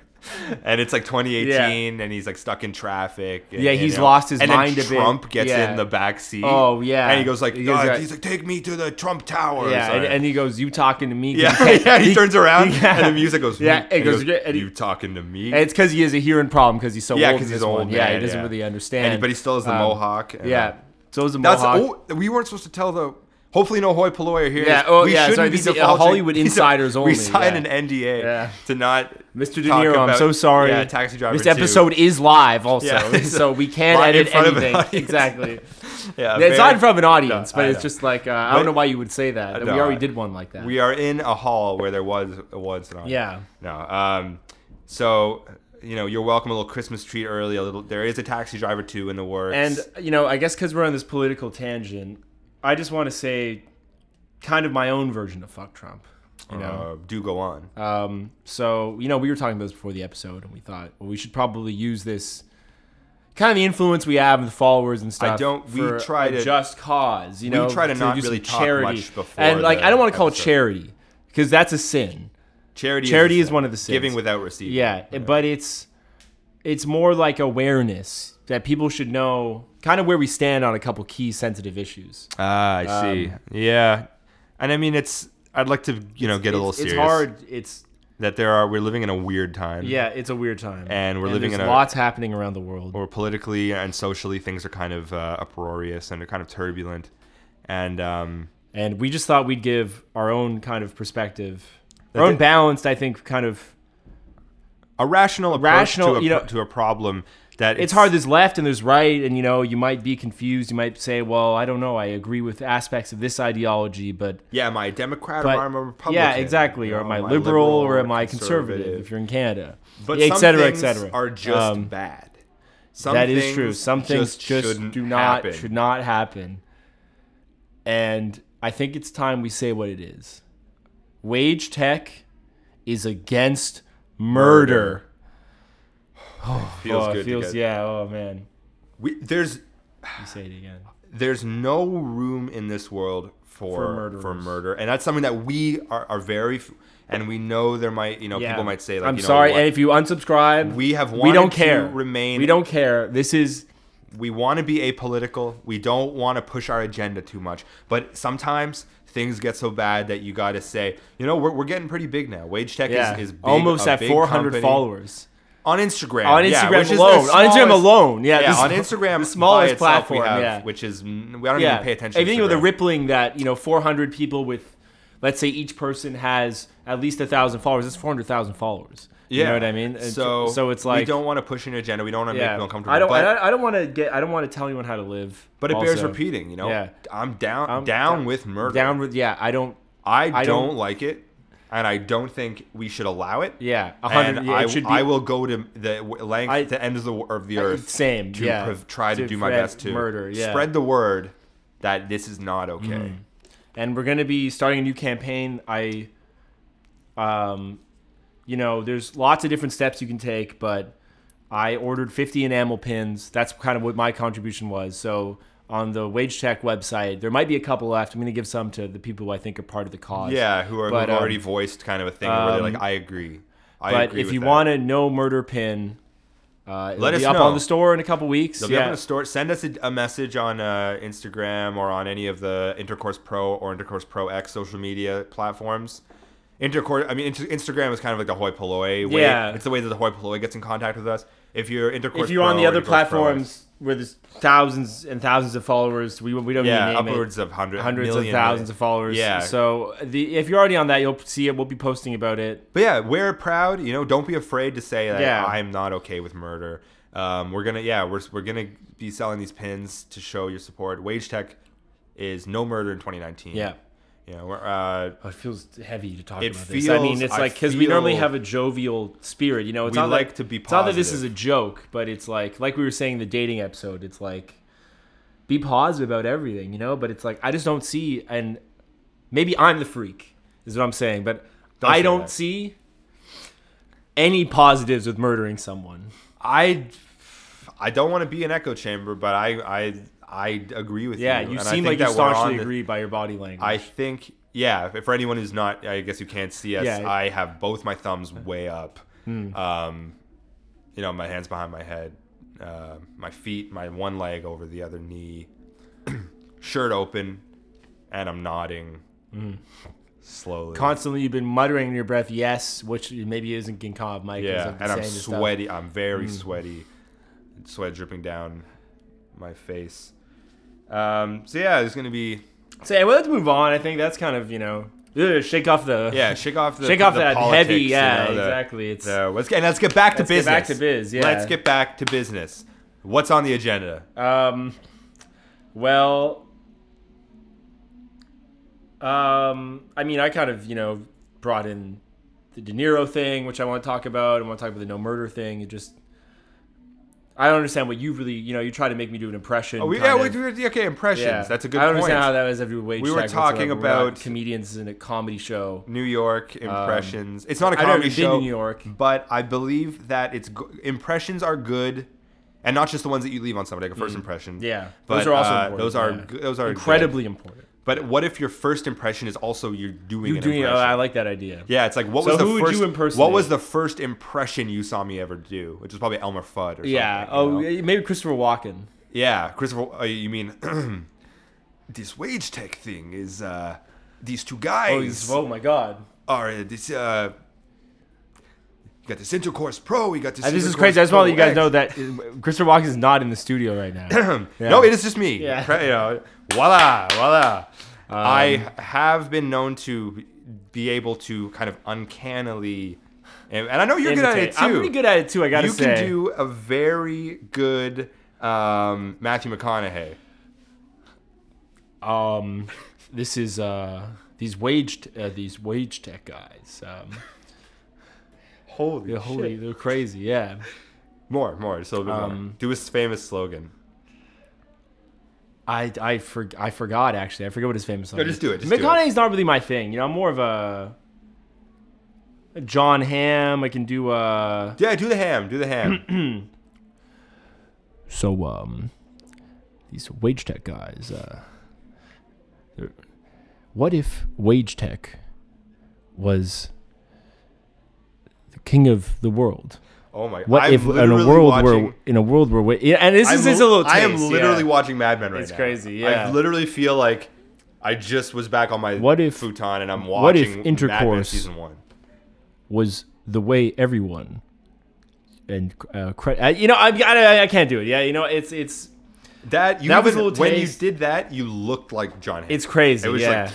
Speaker 2: And it's like 2018, and he's like stuck in traffic. and-
Speaker 1: Yeah,
Speaker 2: and,
Speaker 1: he's
Speaker 2: you know,
Speaker 1: lost his
Speaker 2: and
Speaker 1: mind a
Speaker 2: then
Speaker 1: bit.
Speaker 2: Trump gets
Speaker 1: Yeah.
Speaker 2: in the back seat.
Speaker 1: Oh, yeah.
Speaker 2: and he goes like,
Speaker 1: He goes
Speaker 2: "Uh,"
Speaker 1: like-
Speaker 2: he's like, "Take me to the Trump Tower."
Speaker 1: yeah, and, and he goes, "You talking to me?" [laughs] 'cause
Speaker 2: yeah,
Speaker 1: you can't-
Speaker 2: [laughs] yeah, he, turns around,
Speaker 1: [laughs] Yeah.
Speaker 2: and the music goes.
Speaker 1: Yeah,
Speaker 2: "Mm,"
Speaker 1: it
Speaker 2: and he
Speaker 1: goes, "Yeah," and he-
Speaker 2: "You talking to me?"
Speaker 1: And it's because he has a hearing problem because he's so
Speaker 2: Yeah,
Speaker 1: old.
Speaker 2: 'cause
Speaker 1: in
Speaker 2: he's
Speaker 1: this
Speaker 2: old
Speaker 1: one. Yeah,
Speaker 2: man,
Speaker 1: he doesn't
Speaker 2: yeah.
Speaker 1: really understand.
Speaker 2: and he- but he still has the
Speaker 1: Um,
Speaker 2: mohawk. and- uh,
Speaker 1: yeah, so is the
Speaker 2: that's
Speaker 1: mohawk.
Speaker 2: oh, we weren't supposed to tell the. Hopefully, no hoi polloi are here.
Speaker 1: Yeah, oh,
Speaker 2: we
Speaker 1: yeah,
Speaker 2: shouldn't
Speaker 1: sorry,
Speaker 2: be
Speaker 1: these are
Speaker 2: divulging-
Speaker 1: Hollywood
Speaker 2: these are-
Speaker 1: insiders only,
Speaker 2: [laughs] We signed
Speaker 1: yeah.
Speaker 2: an NDA
Speaker 1: Yeah.
Speaker 2: to not.
Speaker 1: Mr. De
Speaker 2: talk
Speaker 1: Niro, I'm
Speaker 2: about-
Speaker 1: so sorry.
Speaker 2: Yeah, Taxi Driver.
Speaker 1: This
Speaker 2: 2.
Speaker 1: episode is live, also, [laughs]
Speaker 2: Yeah.
Speaker 1: so
Speaker 2: [laughs]
Speaker 1: we can't
Speaker 2: Live in
Speaker 1: edit
Speaker 2: front of an
Speaker 1: anything.
Speaker 2: audience.
Speaker 1: Exactly.
Speaker 2: [laughs] Yeah,
Speaker 1: it's
Speaker 2: very-
Speaker 1: not in front of an audience,
Speaker 2: I
Speaker 1: but
Speaker 2: know.
Speaker 1: it's just like uh, I don't
Speaker 2: But-
Speaker 1: know why you would say that.
Speaker 2: no,
Speaker 1: we already
Speaker 2: I-
Speaker 1: did one like that.
Speaker 2: We are in a hall where there was was an audience.
Speaker 1: Yeah.
Speaker 2: No. Um. So you know, you're welcome a little Christmas treat early. A little. There is a Taxi Driver two in the works.
Speaker 1: And you know, I guess because we're on this political tangent, I just want to say, kind of my own version of fuck Trump. You know,
Speaker 2: uh, do go on.
Speaker 1: um, so you know, we were talking about this before the episode, and we thought well, we should probably use this kind of the influence we have and the followers and stuff.
Speaker 2: don't- we
Speaker 1: for
Speaker 2: try
Speaker 1: a
Speaker 2: to-
Speaker 1: just cause. You
Speaker 2: we
Speaker 1: know,
Speaker 2: try to not
Speaker 1: do some
Speaker 2: really talk much before
Speaker 1: And like,
Speaker 2: the
Speaker 1: I don't want to call
Speaker 2: episode.
Speaker 1: it charity because that's a sin.
Speaker 2: Charity.
Speaker 1: charity
Speaker 2: a
Speaker 1: is
Speaker 2: sin.
Speaker 1: one of the sins.
Speaker 2: Giving without receiving.
Speaker 1: Yeah, but it's it's more like awareness that people should know kind of where we stand on a couple key sensitive issues.
Speaker 2: Ah, I see.
Speaker 1: Um,
Speaker 2: yeah, and I mean, it's. I'd like to, you know, get a little
Speaker 1: it's,
Speaker 2: serious.
Speaker 1: It's hard. It's
Speaker 2: that there are. We're living in a weird time.
Speaker 1: yeah, it's a weird time.
Speaker 2: And we're living
Speaker 1: there's
Speaker 2: in a-
Speaker 1: lots happening around the world.
Speaker 2: Or politically and socially, things are kind of uh, uproarious and kind of turbulent, and um,
Speaker 1: and we just thought we'd give our own kind of perspective.
Speaker 2: That
Speaker 1: Our own
Speaker 2: the-
Speaker 1: balanced, I think, kind of
Speaker 2: a rational approach
Speaker 1: Rational,
Speaker 2: to, a,
Speaker 1: you know-
Speaker 2: to a problem that
Speaker 1: it's hard. There's left and there's right, and you know you might be confused. You might say, "Well, I don't know. I agree with aspects of this ideology, but
Speaker 2: yeah, am I a Democrat
Speaker 1: but
Speaker 2: or am I a Republican?
Speaker 1: yeah, exactly.
Speaker 2: You
Speaker 1: Or
Speaker 2: know,
Speaker 1: am I liberal, or am I conservative? If you're in Canada, et cetera, et cetera.
Speaker 2: are just
Speaker 1: Um,
Speaker 2: bad. Some
Speaker 1: that is true.
Speaker 2: things
Speaker 1: Some things just,
Speaker 2: shouldn't
Speaker 1: do not
Speaker 2: happen.
Speaker 1: should not happen. And I think it's time we say what it is. Wage tech is against murder.
Speaker 2: feels
Speaker 1: oh, it
Speaker 2: good. to
Speaker 1: feels
Speaker 2: get-
Speaker 1: yeah. Oh man,
Speaker 2: We, there's
Speaker 1: you say it again.
Speaker 2: there's no room in this world
Speaker 1: For
Speaker 2: for for,
Speaker 1: murderers.
Speaker 2: murder, and that's something that we are, are very, f- and we know there might you know
Speaker 1: Yeah.
Speaker 2: people might say like
Speaker 1: I'm
Speaker 2: you know,
Speaker 1: sorry.
Speaker 2: what,
Speaker 1: And if you unsubscribe,
Speaker 2: We have
Speaker 1: we
Speaker 2: wanted
Speaker 1: don't
Speaker 2: to
Speaker 1: care.
Speaker 2: remain-
Speaker 1: We don't care. This is
Speaker 2: we want to be apolitical. We don't want to push our agenda too much. But sometimes things get so bad that you got to say, you know, we're, we're getting pretty big now. Wage Tech
Speaker 1: yeah,
Speaker 2: is, is big,
Speaker 1: almost
Speaker 2: a
Speaker 1: at
Speaker 2: big
Speaker 1: 400
Speaker 2: company.
Speaker 1: followers
Speaker 2: on Instagram.
Speaker 1: on
Speaker 2: yeah,
Speaker 1: Instagram
Speaker 2: which is the
Speaker 1: alone. on Instagram
Speaker 2: smallest-
Speaker 1: alone. Yeah,
Speaker 2: Yeah,
Speaker 1: the
Speaker 2: on
Speaker 1: sm-
Speaker 2: Instagram,
Speaker 1: [laughs] the
Speaker 2: smallest
Speaker 1: smallest
Speaker 2: by platform
Speaker 1: platform.
Speaker 2: we have,
Speaker 1: yeah.
Speaker 2: which is we don't even pay attention.
Speaker 1: I think
Speaker 2: to
Speaker 1: with the
Speaker 2: Instagram.
Speaker 1: rippling that you know, 400 people with, let's say each person has at least a thousand followers. That's 400,000 followers.
Speaker 2: Yeah.
Speaker 1: You know what I mean? It's-
Speaker 2: So
Speaker 1: so it's
Speaker 2: we
Speaker 1: like
Speaker 2: don't want to push an agenda. We don't want to make people uncomfortable.
Speaker 1: I don't.
Speaker 2: but,
Speaker 1: I, I don't want to get. I don't want to tell anyone how to live.
Speaker 2: but it bears
Speaker 1: also.
Speaker 2: repeating. You know,
Speaker 1: Yeah.
Speaker 2: I'm down
Speaker 1: I'm
Speaker 2: down with murder.
Speaker 1: Down with yeah. I don't.
Speaker 2: I,
Speaker 1: I
Speaker 2: don't,
Speaker 1: don't-
Speaker 2: like it, and I don't think we should allow it.
Speaker 1: Yeah, a hundred.
Speaker 2: And
Speaker 1: yeah,
Speaker 2: I,
Speaker 1: it should be
Speaker 2: I will go to the w- length,
Speaker 1: I-
Speaker 2: the end of the, wo- of the earth.
Speaker 1: same,
Speaker 2: To
Speaker 1: yeah.
Speaker 2: prov- try to,
Speaker 1: To
Speaker 2: do my
Speaker 1: spread
Speaker 2: best to
Speaker 1: murder, yeah. Mm.
Speaker 2: spread the word that this is not okay.
Speaker 1: and we're going to be starting a new campaign. I, um, you know, there's lots of different steps you can take, but I ordered 50 enamel pins. That's kind of what my contribution was. So on the Wage Tech website, there might be a couple left. I'm going to give some to the people who I think are part of the cause.
Speaker 2: Yeah, who are
Speaker 1: But,
Speaker 2: who've
Speaker 1: um,
Speaker 2: already voiced kind of a thing where they're like,
Speaker 1: um,
Speaker 2: I agree. I
Speaker 1: But
Speaker 2: agree
Speaker 1: if
Speaker 2: with
Speaker 1: you
Speaker 2: that.
Speaker 1: want a no murder pin, uh, it'll
Speaker 2: Let
Speaker 1: be
Speaker 2: us
Speaker 1: up
Speaker 2: know.
Speaker 1: on the store in a couple weeks.
Speaker 2: They'll be up
Speaker 1: yeah.
Speaker 2: in the store. Send us a, a message on uh, Instagram or on any of the Intercourse Pro or Intercourse Pro X social media platforms. Intercourse, I mean, Inst- Instagram is kind of like the hoi polloi way.
Speaker 1: Yeah.
Speaker 2: It's the way that the hoi polloi gets in contact with us. If you're Intercourse
Speaker 1: if you're on
Speaker 2: Pro
Speaker 1: the
Speaker 2: or
Speaker 1: other
Speaker 2: Intercourse Pro X,
Speaker 1: platforms where there's thousands and thousands of followers, we, we don't
Speaker 2: yeah,
Speaker 1: even name it.
Speaker 2: upwards of hundred,
Speaker 1: hundreds
Speaker 2: million,
Speaker 1: of thousands
Speaker 2: million.
Speaker 1: of followers.
Speaker 2: Yeah.
Speaker 1: So the if you're already on that, you'll see it. We'll be posting about it.
Speaker 2: But yeah, we're proud. You know, don't be afraid to say that
Speaker 1: Yeah.
Speaker 2: I'm not okay with murder. Um, we're gonna, yeah, we're we're gonna be selling these pins to show your support. Wage Tech is no murder in 2019.
Speaker 1: Yeah.
Speaker 2: You know, we're, uh,
Speaker 1: Oh, it feels heavy to talk
Speaker 2: It
Speaker 1: about this. I mean,
Speaker 2: feels-
Speaker 1: it's
Speaker 2: I
Speaker 1: like because we normally
Speaker 2: feel-
Speaker 1: have a jovial spirit. You know, it's
Speaker 2: We
Speaker 1: not
Speaker 2: like
Speaker 1: that,
Speaker 2: to be
Speaker 1: It's not that this is a
Speaker 2: positive.
Speaker 1: joke, but it's like like we were saying in the dating episode. It's like be positive about everything, you know. But it's like I just don't see, and maybe I'm the freak, is what I'm saying. But
Speaker 2: Don't
Speaker 1: I
Speaker 2: say
Speaker 1: don't
Speaker 2: that.
Speaker 1: see any positives with murdering someone.
Speaker 2: I I don't want to be an echo chamber, but I I I agree with
Speaker 1: Yeah, you
Speaker 2: you. and I
Speaker 1: seem
Speaker 2: think
Speaker 1: like you
Speaker 2: that we're on
Speaker 1: staunchly
Speaker 2: the-
Speaker 1: agree by your body language.
Speaker 2: I think yeah. if- For anyone who's not, I guess you can't see us.
Speaker 1: Yeah. Hmm.
Speaker 2: I have both my thumbs way up. Um, you know, my hands behind my head, uh, my feet, my one leg over the other knee, [clears throat] shirt open, and I'm nodding
Speaker 1: Hmm.
Speaker 2: slowly.
Speaker 1: constantly you've been muttering in your breath yes which maybe isn't getting caught mic 'cause
Speaker 2: Yeah,
Speaker 1: I've been
Speaker 2: and
Speaker 1: saying
Speaker 2: I'm
Speaker 1: this stuff. Hmm.
Speaker 2: sweaty. I'm very sweaty. Sweat dripping down my face. Um, so yeah, there's gonna be
Speaker 1: so yeah, well, let's move on i think that's kind of you know ugh, shake off the [laughs]
Speaker 2: yeah. Shake off the
Speaker 1: Shake off
Speaker 2: the
Speaker 1: that
Speaker 2: politics,
Speaker 1: heavy-
Speaker 2: you
Speaker 1: yeah,
Speaker 2: know, the-
Speaker 1: exactly. It's-
Speaker 2: the- let's get and let's get back to
Speaker 1: Let's get
Speaker 2: business.
Speaker 1: back to biz, yeah.
Speaker 2: Let's get back to business. What's on the agenda?
Speaker 1: um well um i mean i kind of you know brought in the de niro thing which i want to talk about i want to talk about the no murder thing it just i don't understand what you really you know you try to make me do an impression
Speaker 2: oh, we,
Speaker 1: kind
Speaker 2: yeah, we,
Speaker 1: of.
Speaker 2: we- okay. Impressions.
Speaker 1: Yeah.
Speaker 2: That's a good
Speaker 1: I don't
Speaker 2: point.
Speaker 1: understand how that has every wage
Speaker 2: We were
Speaker 1: check
Speaker 2: talking
Speaker 1: whatsoever. We're not
Speaker 2: about-
Speaker 1: comedians in a comedy show.
Speaker 2: New York
Speaker 1: Um,
Speaker 2: impressions. it's not a
Speaker 1: I've never
Speaker 2: comedy
Speaker 1: been
Speaker 2: show.
Speaker 1: to New York.
Speaker 2: but I believe that it's go- impressions are good, and not just the ones that you leave on somebody, like a first impression.
Speaker 1: Mm. Yeah,
Speaker 2: but,
Speaker 1: those are also
Speaker 2: uh,
Speaker 1: important.
Speaker 2: Those are
Speaker 1: yeah.
Speaker 2: go- those are
Speaker 1: incredibly important.
Speaker 2: good. But what if your first impression is also you're doing
Speaker 1: You're
Speaker 2: an
Speaker 1: doing. oh,
Speaker 2: impression?
Speaker 1: I like that idea.
Speaker 2: yeah, it's like what
Speaker 1: So
Speaker 2: was the
Speaker 1: who would you
Speaker 2: first what
Speaker 1: impersonate?
Speaker 2: was the first impression you saw me ever do? Which is probably Elmer Fudd. or
Speaker 1: Yeah.
Speaker 2: something.
Speaker 1: Oh,
Speaker 2: you know?
Speaker 1: yeah, maybe Christopher Walken.
Speaker 2: yeah, Christopher. Uh, you mean [clears throat] this wage tech thing is uh, these two guys?
Speaker 1: Oh, he's- oh my God.
Speaker 2: all right, this uh, you got this intercourse pro, you got this.
Speaker 1: And Uh, this is
Speaker 2: Intercourse
Speaker 1: crazy. I just want to let you guys
Speaker 2: Pro
Speaker 1: know
Speaker 2: X.
Speaker 1: that uh, Christopher Walken is not in the studio right
Speaker 2: [clears throat]
Speaker 1: now. Yeah.
Speaker 2: No, it is just me.
Speaker 1: Yeah. Um,
Speaker 2: Cra- [laughs] you know, voila, voila. I have been known to be able to kind of uncannily And, and I know you're good at it
Speaker 1: imitate.
Speaker 2: too.
Speaker 1: I'm pretty good at it too. I gotta
Speaker 2: you
Speaker 1: say.
Speaker 2: can do a very good um, Matthew McConaughey.
Speaker 1: um, this is uh, these wage uh, these wage tech guys. Um,
Speaker 2: Holy,
Speaker 1: they're holy, they're crazy. Yeah.
Speaker 2: More, more, just a little bit more.
Speaker 1: Um,
Speaker 2: Do his famous slogan.
Speaker 1: I, I, for, I forgot actually. I forgot what his famous song.
Speaker 2: No,
Speaker 1: is.
Speaker 2: just do it, just do it.
Speaker 1: McConaughey's not really my thing. You know, I'm more of a, a John Hamm. I can do uh
Speaker 2: Yeah, do the ham, do
Speaker 1: [clears throat]
Speaker 2: the ham.
Speaker 1: so um these wage tech guys uh they're- what if wage tech was the king of the world
Speaker 2: Oh my!
Speaker 1: what
Speaker 2: I'm
Speaker 1: if in
Speaker 2: literally
Speaker 1: a world
Speaker 2: watching,
Speaker 1: where in a world where wa- yeah, and this
Speaker 2: I'm
Speaker 1: is it's a
Speaker 2: li-
Speaker 1: little taste,
Speaker 2: I am literally
Speaker 1: yeah.
Speaker 2: watching Mad Men right
Speaker 1: It's
Speaker 2: now.
Speaker 1: crazy,
Speaker 2: I
Speaker 1: yeah.
Speaker 2: literally feel like I just was back on my
Speaker 1: What if-
Speaker 2: futon and I'm watching
Speaker 1: what if
Speaker 2: Mad Men
Speaker 1: intercourse-
Speaker 2: season one.
Speaker 1: was the way everyone and uh, cre- uh, you know I, I I can't do it yeah you know it's it's
Speaker 2: That you
Speaker 1: That was
Speaker 2: even-
Speaker 1: a little
Speaker 2: when
Speaker 1: taste.
Speaker 2: you did that, you looked like John. Hamm.
Speaker 1: it's crazy
Speaker 2: It was
Speaker 1: yeah
Speaker 2: like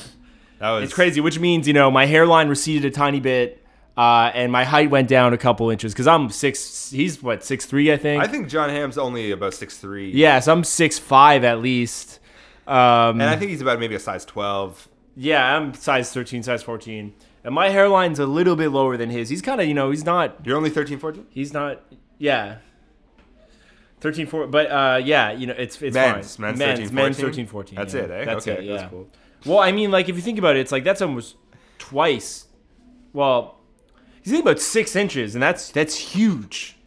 Speaker 2: that was
Speaker 1: It's crazy, which means you know my hairline receded a tiny bit, uh, and my height went down a couple inches because I'm six. He's what six three, I think.
Speaker 2: I think John Hamm's only about six three.
Speaker 1: yeah, so I'm six five at least. Um,
Speaker 2: and I think he's about maybe a size twelve.
Speaker 1: yeah, I'm size thirteen, size fourteen, and my hairline's a little bit lower than his. He's kind of you know he's not
Speaker 2: You're only 13, 14?
Speaker 1: he's not yeah. 13, 4, but uh, yeah, you know, it's it's
Speaker 2: Men's,
Speaker 1: fine.
Speaker 2: men's, 13,
Speaker 1: men's
Speaker 2: 14?
Speaker 1: 13, 14.
Speaker 2: That's
Speaker 1: yeah.
Speaker 2: it, eh?
Speaker 1: That's
Speaker 2: Okay,
Speaker 1: it, yeah.
Speaker 2: that's cool.
Speaker 1: Well, I mean, like, if you think about it, it's like that's almost twice. Well, you think about six inches, and that's that's huge.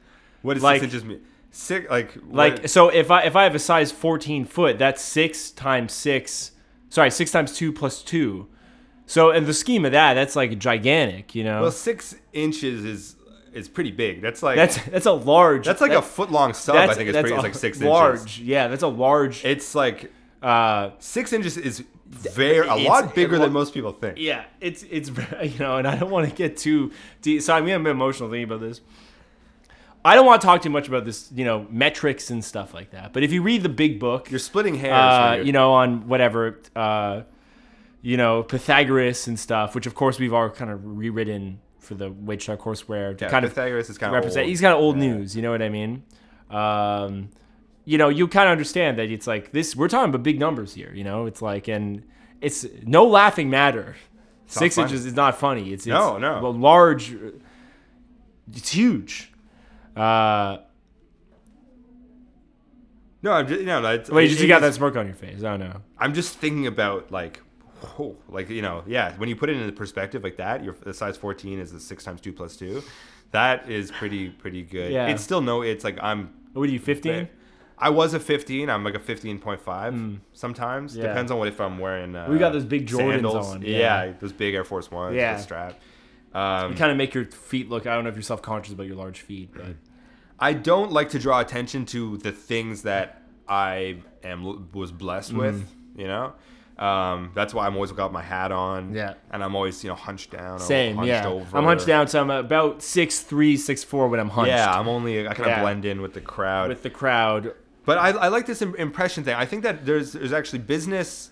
Speaker 2: What does
Speaker 1: Like-
Speaker 2: six inches mean? Six like
Speaker 1: Like,
Speaker 2: what-
Speaker 1: so if I if I have a size 14 foot, that's six times six. Sorry, six times two plus two. So in the scheme of that, that's like gigantic, you know.
Speaker 2: well six inches is is pretty big. That's like
Speaker 1: that's that's a large.
Speaker 2: [laughs] that's like a foot long sub. I
Speaker 1: that's-
Speaker 2: think it's
Speaker 1: that's
Speaker 2: pretty.
Speaker 1: a
Speaker 2: It's like six
Speaker 1: large,
Speaker 2: inches.
Speaker 1: yeah, that's a large.
Speaker 2: It's like
Speaker 1: uh,
Speaker 2: six inches is very a
Speaker 1: it's-
Speaker 2: lot bigger
Speaker 1: it
Speaker 2: than
Speaker 1: lo-
Speaker 2: most people think.
Speaker 1: yeah, it's it's [laughs] you know, and I don't want to get too deep. So I mean, I'm emotional thinking about this. I don't want to talk too much about this, you know, metrics and stuff like that. But if you read the big book,
Speaker 2: You're splitting hairs.
Speaker 1: uh,
Speaker 2: when you're-
Speaker 1: you know, on whatever, uh, you know, Pythagoras and stuff, which of course we've all kind of rewritten for the wage Shark courseware to
Speaker 2: yeah,
Speaker 1: kind of
Speaker 2: Pythagoras is kind of
Speaker 1: represent. He's kind of old news. You know what I mean? Um, you know, you kind of understand that it's like this. We're talking about big numbers here. You know, it's like and it's no laughing matter. Six
Speaker 2: funny.
Speaker 1: inches is not funny. It's, it's
Speaker 2: No, no.
Speaker 1: Well, large. It's huge. Uh,
Speaker 2: no, I'm just no. no, It's,
Speaker 1: wait, you
Speaker 2: it
Speaker 1: just got
Speaker 2: is-
Speaker 1: that smirk on your face. I don't know.
Speaker 2: I'm just thinking about like, whoa, like you know, yeah. When you put it into perspective like that, your the size 14 is the six times two plus two. That is pretty pretty good.
Speaker 1: Yeah.
Speaker 2: It's still no. It's like I'm.
Speaker 1: What are you, fifteen? Hmm.
Speaker 2: I was a 15. I'm like a 15.5 sometimes.
Speaker 1: Yeah.
Speaker 2: Depends on what if I'm wearing. Uh,
Speaker 1: We got those big Jordans on,
Speaker 2: Yeah.
Speaker 1: yeah.
Speaker 2: those big Air Force Ones. Yeah,
Speaker 1: Yeah.
Speaker 2: the strap. Um,
Speaker 1: Kind of make your feet look. I don't know if you're self conscious about your large feet, but
Speaker 2: I don't like to draw attention to the things that I am was blessed with.
Speaker 1: Hmm.
Speaker 2: You know, um, that's why I'm always got my hat on.
Speaker 1: Yeah.
Speaker 2: and I'm always you know hunched down. or
Speaker 1: same.
Speaker 2: hunched
Speaker 1: yeah,
Speaker 2: over.
Speaker 1: I'm hunched down, so I'm about six three, six four when I'm hunched.
Speaker 2: Yeah, I'm only I kind of
Speaker 1: Yeah.
Speaker 2: blend in with the crowd.
Speaker 1: with the crowd.
Speaker 2: But I, I like this im- impression thing. I think that there's there's actually business.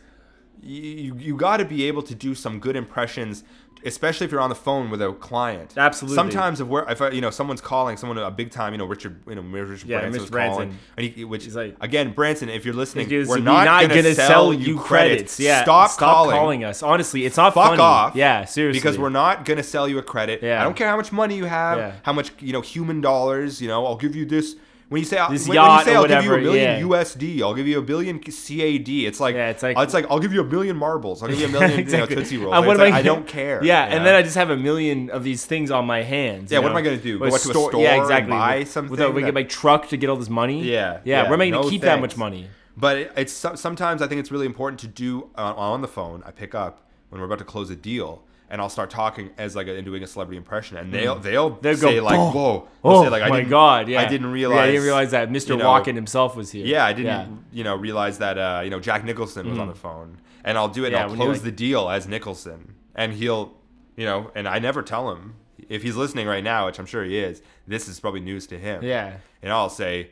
Speaker 2: You you got to be able to do some good impressions, especially if you're on the phone with a client.
Speaker 1: Absolutely.
Speaker 2: Sometimes if we're if I, you know someone's calling someone a big time, you know Richard you know Richard
Speaker 1: Yeah, Mr.
Speaker 2: Branson was calling,
Speaker 1: Branson.
Speaker 2: and he, which
Speaker 1: He's
Speaker 2: is
Speaker 1: like-
Speaker 2: like again Branson, if you're listening,
Speaker 1: Because
Speaker 2: we're not, gonna,
Speaker 1: gonna
Speaker 2: sell you credits.
Speaker 1: Yeah,
Speaker 2: stop, calling.
Speaker 1: us. Honestly, it's not
Speaker 2: Fuck
Speaker 1: funny.
Speaker 2: off.
Speaker 1: Yeah, seriously.
Speaker 2: Because we're not gonna sell you a credit.
Speaker 1: Yeah.
Speaker 2: I don't care how much money you have,
Speaker 1: Yeah.
Speaker 2: how much you know human dollars. You know, I'll give you this. When you say when,
Speaker 1: This
Speaker 2: when
Speaker 1: yacht
Speaker 2: you say
Speaker 1: or
Speaker 2: I'll give you a
Speaker 1: whatever,
Speaker 2: million
Speaker 1: yeah.
Speaker 2: USD, I'll give you a billion CAD. It's like
Speaker 1: Yeah, it's like-
Speaker 2: I'll give you a million marbles. I'll give you a
Speaker 1: [laughs]
Speaker 2: million you know, tootsie rolls.
Speaker 1: Uh,
Speaker 2: Like,
Speaker 1: what
Speaker 2: it's
Speaker 1: am
Speaker 2: like, I,
Speaker 1: gonna-
Speaker 2: don't care.
Speaker 1: [laughs] Yeah,
Speaker 2: you
Speaker 1: and
Speaker 2: know?
Speaker 1: then I just have a million of these things on my hands.
Speaker 2: Yeah,
Speaker 1: you
Speaker 2: what am
Speaker 1: know?
Speaker 2: I gonna do?
Speaker 1: With
Speaker 2: Go out to a store
Speaker 1: yeah,
Speaker 2: and
Speaker 1: exactly.
Speaker 2: buy
Speaker 1: with-
Speaker 2: something
Speaker 1: Without we
Speaker 2: that-
Speaker 1: get my truck to get all this money.
Speaker 2: Yeah,
Speaker 1: yeah.
Speaker 2: yeah,
Speaker 1: Where am I gonna
Speaker 2: no
Speaker 1: keep that much
Speaker 2: thanks.
Speaker 1: money?
Speaker 2: But it, it's so- sometimes I think it's really important to do uh, on the phone. I pick up when we're about to close a deal, and I'll start talking as like a, and doing a celebrity impression, and they'll they'll,
Speaker 1: Mm. They'll go,
Speaker 2: say like,
Speaker 1: "Boom."
Speaker 2: "Whoa!" They'll
Speaker 1: Oh
Speaker 2: say, like, I
Speaker 1: my
Speaker 2: didn't-
Speaker 1: god! Yeah,
Speaker 2: I didn't
Speaker 1: Yeah,
Speaker 2: realize.
Speaker 1: I didn't realize that Mr.
Speaker 2: you know,
Speaker 1: Walken himself was here.
Speaker 2: Yeah, I didn't
Speaker 1: Yeah. Mm.
Speaker 2: you know realize that uh, you know Jack Nicholson was on the phone, and I'll do it.
Speaker 1: Yeah,
Speaker 2: and I'll
Speaker 1: when you're
Speaker 2: close
Speaker 1: like-
Speaker 2: the deal as Nicholson, and he'll you know, and I never tell him if he's listening right now, which I'm sure he is. This is probably news to him.
Speaker 1: Yeah.
Speaker 2: and I'll say,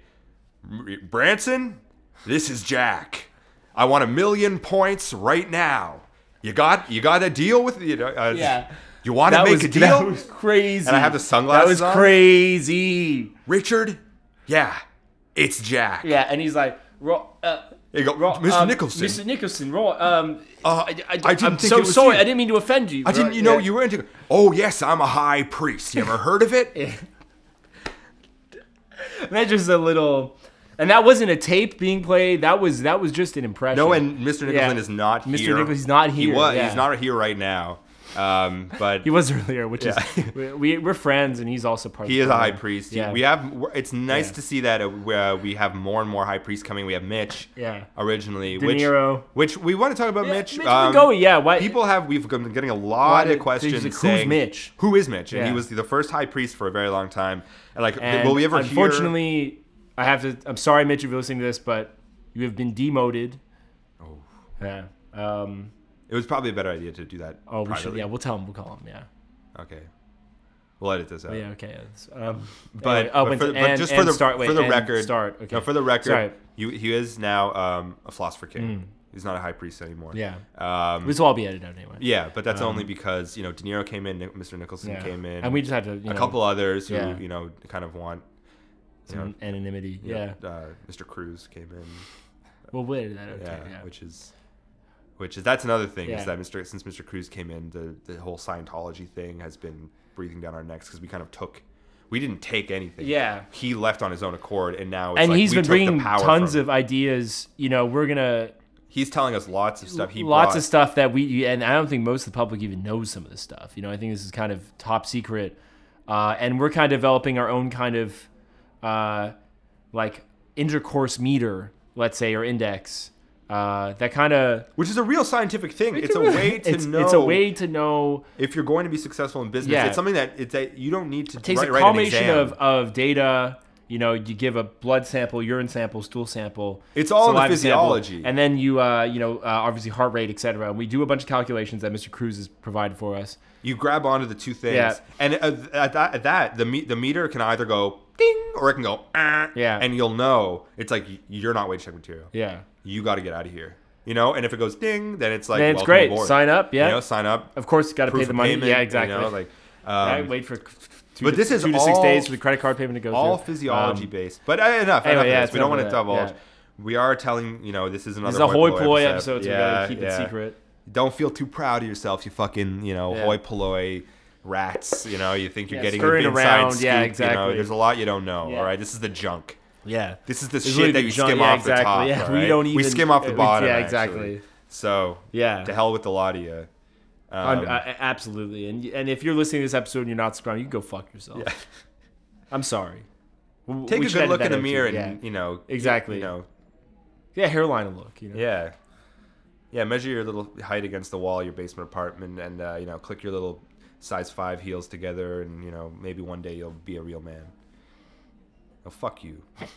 Speaker 2: Branson, this is Jack. I want a million points right now. You got you got a deal with you know. Uh,
Speaker 1: Yeah.
Speaker 2: You want to
Speaker 1: That
Speaker 2: make
Speaker 1: was,
Speaker 2: a deal?
Speaker 1: that was crazy.
Speaker 2: And I have the sunglasses
Speaker 1: That was
Speaker 2: on?
Speaker 1: crazy.
Speaker 2: Richard? Yeah, it's Jack.
Speaker 1: Yeah, and he's like, Ro- uh,
Speaker 2: They go,
Speaker 1: Ro-
Speaker 2: Mr.
Speaker 1: um,
Speaker 2: Nicholson.
Speaker 1: Mr. Nicholson, Ro- um,
Speaker 2: Uh,
Speaker 1: I,
Speaker 2: I
Speaker 1: I,
Speaker 2: didn't
Speaker 1: am
Speaker 2: think
Speaker 1: so
Speaker 2: it was
Speaker 1: sorry.
Speaker 2: you.
Speaker 1: I didn't mean to offend you.
Speaker 2: I didn't
Speaker 1: Ro-
Speaker 2: you know
Speaker 1: yeah.
Speaker 2: you were into. Oh yes, I'm a high priest. You ever heard of it?
Speaker 1: [laughs] That's just a little. And that wasn't a tape being played. That was that was just an impression.
Speaker 2: No, and Mr. Nicholson
Speaker 1: Yeah.
Speaker 2: is not
Speaker 1: Mr.
Speaker 2: here.
Speaker 1: Nicholson's not
Speaker 2: He
Speaker 1: here,
Speaker 2: was.
Speaker 1: yeah.
Speaker 2: He's not here right now. Um, but
Speaker 1: he was earlier, which
Speaker 2: Yeah.
Speaker 1: is we- we we're friends, and he's also part.
Speaker 2: he
Speaker 1: of
Speaker 2: is
Speaker 1: the
Speaker 2: a high
Speaker 1: program.
Speaker 2: priest. He-
Speaker 1: Yeah,
Speaker 2: We have. It's nice
Speaker 1: Yeah.
Speaker 2: to see that uh, we- uh, we have more and more high priests coming. We have Mitch.
Speaker 1: Yeah.
Speaker 2: Originally,
Speaker 1: De
Speaker 2: which
Speaker 1: Niro.
Speaker 2: which we want to talk about
Speaker 1: Yeah,
Speaker 2: Mitch. Um,
Speaker 1: Mitch McGoey, yeah, why-
Speaker 2: people have we've been getting a
Speaker 1: Why
Speaker 2: lot
Speaker 1: did-
Speaker 2: of questions
Speaker 1: they're just like, "Who's
Speaker 2: saying
Speaker 1: Mitch?"
Speaker 2: Who is Mitch? And he
Speaker 1: Yeah.
Speaker 2: was the first high priest for a very long time. And like,
Speaker 1: And
Speaker 2: will we ever? hear-
Speaker 1: Unfortunately, I have to. I'm sorry, Mitch, if you're listening to this, but you have been demoted. Oh. Yeah. Um.
Speaker 2: it was probably a better idea to do that.
Speaker 1: Oh, we should.
Speaker 2: privately.
Speaker 1: Yeah, we'll tell him. We'll call him. Yeah.
Speaker 2: Okay. We'll edit this out.
Speaker 1: Yeah. Okay. it's, Um.
Speaker 2: But,
Speaker 1: anyway, oh,
Speaker 2: but,
Speaker 1: and-
Speaker 2: for the, but
Speaker 1: and-
Speaker 2: just for
Speaker 1: and
Speaker 2: the
Speaker 1: start, wait,
Speaker 2: for the
Speaker 1: and
Speaker 2: record,
Speaker 1: Start. Okay.
Speaker 2: no, for the record,
Speaker 1: Sorry. Mm.
Speaker 2: you, he is now um, a philosopher king. He's not a high priest anymore.
Speaker 1: Yeah.
Speaker 2: Um,
Speaker 1: This will all be edited out anyway.
Speaker 2: yeah, but that's only because you know De Niro came in, Nic- Mr. Nicholson
Speaker 1: Um, Yeah.
Speaker 2: came in,
Speaker 1: And we just had to. You know,
Speaker 2: a couple others who
Speaker 1: yeah.
Speaker 2: you know kind of want. You know,
Speaker 1: some anonymity.
Speaker 2: you know,
Speaker 1: Yeah.
Speaker 2: Uh, Mr. Cruz came in.
Speaker 1: Well, wait. That okay.
Speaker 2: Yeah,
Speaker 1: Yeah.
Speaker 2: which is. Which is that's another thing
Speaker 1: Yeah.
Speaker 2: is that Mr. Since Mr. Cruz came in, the the whole Scientology thing has been breathing down our necks because we kind of took, we didn't take anything.
Speaker 1: Yeah.
Speaker 2: he left on his own accord, and now it's
Speaker 1: and
Speaker 2: like
Speaker 1: he's
Speaker 2: we
Speaker 1: been
Speaker 2: took the
Speaker 1: bringing
Speaker 2: power
Speaker 1: tons
Speaker 2: from-
Speaker 1: of ideas. You know, we're gonna
Speaker 2: He's telling us lots of stuff. He
Speaker 1: lots
Speaker 2: brought.
Speaker 1: of stuff that we and I don't think most of the public even knows some of this stuff. You know, I think this is kind of top secret, uh, and we're kind of developing our own kind of uh, like intercourse meter, let's say, or index. Uh, that kind of
Speaker 2: which is a real scientific thing. It's,
Speaker 1: [laughs]
Speaker 2: a way to
Speaker 1: it's,
Speaker 2: know.
Speaker 1: It's a way to know.
Speaker 2: if you're going to be successful in business.
Speaker 1: Yeah.
Speaker 2: It's something that it's that you don't need to
Speaker 1: It takes
Speaker 2: write,
Speaker 1: a
Speaker 2: write an
Speaker 1: combination
Speaker 2: exam.
Speaker 1: of of data. You know, you give a blood sample, urine sample, stool sample.
Speaker 2: It's all in the
Speaker 1: saliva sample,
Speaker 2: physiology.
Speaker 1: and then you, uh, you know, uh, obviously heart rate, etc. And we do a bunch of calculations that Mr. Cruz has provided for us.
Speaker 2: you grab onto the two things,
Speaker 1: Yeah.
Speaker 2: and uh, at that, at that the me- the meter can either go ding or it can go "Ah,"
Speaker 1: Yeah.
Speaker 2: and you'll know it's like y- you're not weight check material.
Speaker 1: Yeah.
Speaker 2: You got to get out of here. You know, and if it goes ding, then it's like
Speaker 1: Then it's
Speaker 2: welcome
Speaker 1: great.
Speaker 2: Aboard.
Speaker 1: Sign up, yeah.
Speaker 2: You know, sign up.
Speaker 1: Of course, got to
Speaker 2: proof
Speaker 1: pay the
Speaker 2: of
Speaker 1: money.
Speaker 2: payment,
Speaker 1: yeah, exactly.
Speaker 2: You know, like.
Speaker 1: I
Speaker 2: Um,
Speaker 1: wait for two
Speaker 2: but
Speaker 1: to,
Speaker 2: this is
Speaker 1: two to six
Speaker 2: all-
Speaker 1: days for the credit card payment to go
Speaker 2: all
Speaker 1: through.
Speaker 2: physiology
Speaker 1: Um,
Speaker 2: based. But uh, enough,
Speaker 1: anyway,
Speaker 2: enough
Speaker 1: yeah,
Speaker 2: of
Speaker 1: it's
Speaker 2: this. We don't
Speaker 1: enough
Speaker 2: want to
Speaker 1: of that,
Speaker 2: divulge.
Speaker 1: yeah.
Speaker 2: We are telling, you know, this is another
Speaker 1: this is a hoi polloi
Speaker 2: episode.
Speaker 1: episode, so we gotta keep it secret.
Speaker 2: Don't feel too proud of yourself, you fucking, you know,
Speaker 1: Yeah.
Speaker 2: hoi polloi rats. You know, you think you're
Speaker 1: Yeah,
Speaker 2: getting
Speaker 1: scurrying
Speaker 2: the inside
Speaker 1: around,
Speaker 2: scoop.
Speaker 1: yeah,
Speaker 2: You know,
Speaker 1: exactly.
Speaker 2: there's a lot you don't know.
Speaker 1: Yeah.
Speaker 2: All right, this is the junk.
Speaker 1: yeah.
Speaker 2: This is the
Speaker 1: This
Speaker 2: shit
Speaker 1: really
Speaker 2: that
Speaker 1: the
Speaker 2: you
Speaker 1: junk,
Speaker 2: skim
Speaker 1: yeah,
Speaker 2: off
Speaker 1: exactly,
Speaker 2: the top.
Speaker 1: yeah,
Speaker 2: all
Speaker 1: we
Speaker 2: right?
Speaker 1: don't
Speaker 2: we
Speaker 1: even-
Speaker 2: skim off
Speaker 1: uh,
Speaker 2: the
Speaker 1: we-
Speaker 2: bottom.
Speaker 1: [laughs] yeah,
Speaker 2: actually.
Speaker 1: exactly.
Speaker 2: So
Speaker 1: Yeah.
Speaker 2: to hell with the lot of you. Um,
Speaker 1: Un- uh, absolutely. And and if you're listening to this episode and you're not subscribed, you can go fuck yourself. [laughs] I'm sorry. We-
Speaker 2: take
Speaker 1: we
Speaker 2: a
Speaker 1: should
Speaker 2: good
Speaker 1: edit
Speaker 2: look
Speaker 1: that
Speaker 2: in
Speaker 1: out,
Speaker 2: the
Speaker 1: too.
Speaker 2: mirror and
Speaker 1: yeah.
Speaker 2: you know
Speaker 1: Exactly.
Speaker 2: You know,
Speaker 1: yeah, hairline a look. You know?
Speaker 2: Yeah. Yeah, measure your little height against the wall of your basement apartment and, uh, you know, click your little size five heels together and, you know, maybe one day you'll be a real man. Oh, fuck you. [laughs]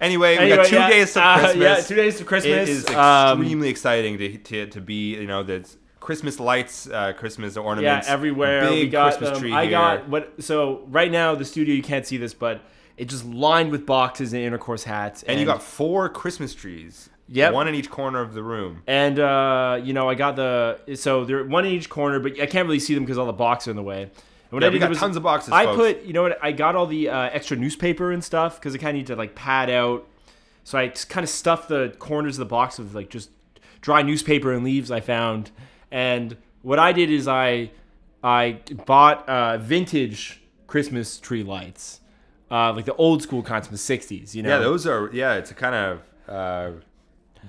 Speaker 2: Anyway, we
Speaker 1: Anyway,
Speaker 2: got two
Speaker 1: yeah,
Speaker 2: days to
Speaker 1: uh,
Speaker 2: Christmas.
Speaker 1: yeah, two days to Christmas.
Speaker 2: It is
Speaker 1: Um,
Speaker 2: extremely exciting to, to, to be, you know, the Christmas lights, uh, Christmas
Speaker 1: Yeah,
Speaker 2: ornaments.
Speaker 1: everywhere.
Speaker 2: Big
Speaker 1: we got
Speaker 2: Christmas
Speaker 1: them.
Speaker 2: tree
Speaker 1: I
Speaker 2: here.
Speaker 1: got what. So right now, the studio you can't see this, but it's just lined with boxes and intercourse hats.
Speaker 2: And you got four Christmas trees.
Speaker 1: Yep.
Speaker 2: One in each corner of the room.
Speaker 1: and uh, you know I got the so they're one in each corner, but I can't really see them because all the boxes are in the way. And what
Speaker 2: Yeah,
Speaker 1: I
Speaker 2: we
Speaker 1: did
Speaker 2: got
Speaker 1: was
Speaker 2: tons of boxes,
Speaker 1: I
Speaker 2: folks.
Speaker 1: put you know what I got all the uh, extra newspaper and stuff because I kind of need to like pad out. So I kind of stuffed the corners of the box with like just dry newspaper and leaves I found. And what I did is I I bought uh, vintage Christmas tree lights, uh, like the old school kinds from the '60s. You know,
Speaker 2: Yeah, those are. Yeah, it's a kind of uh,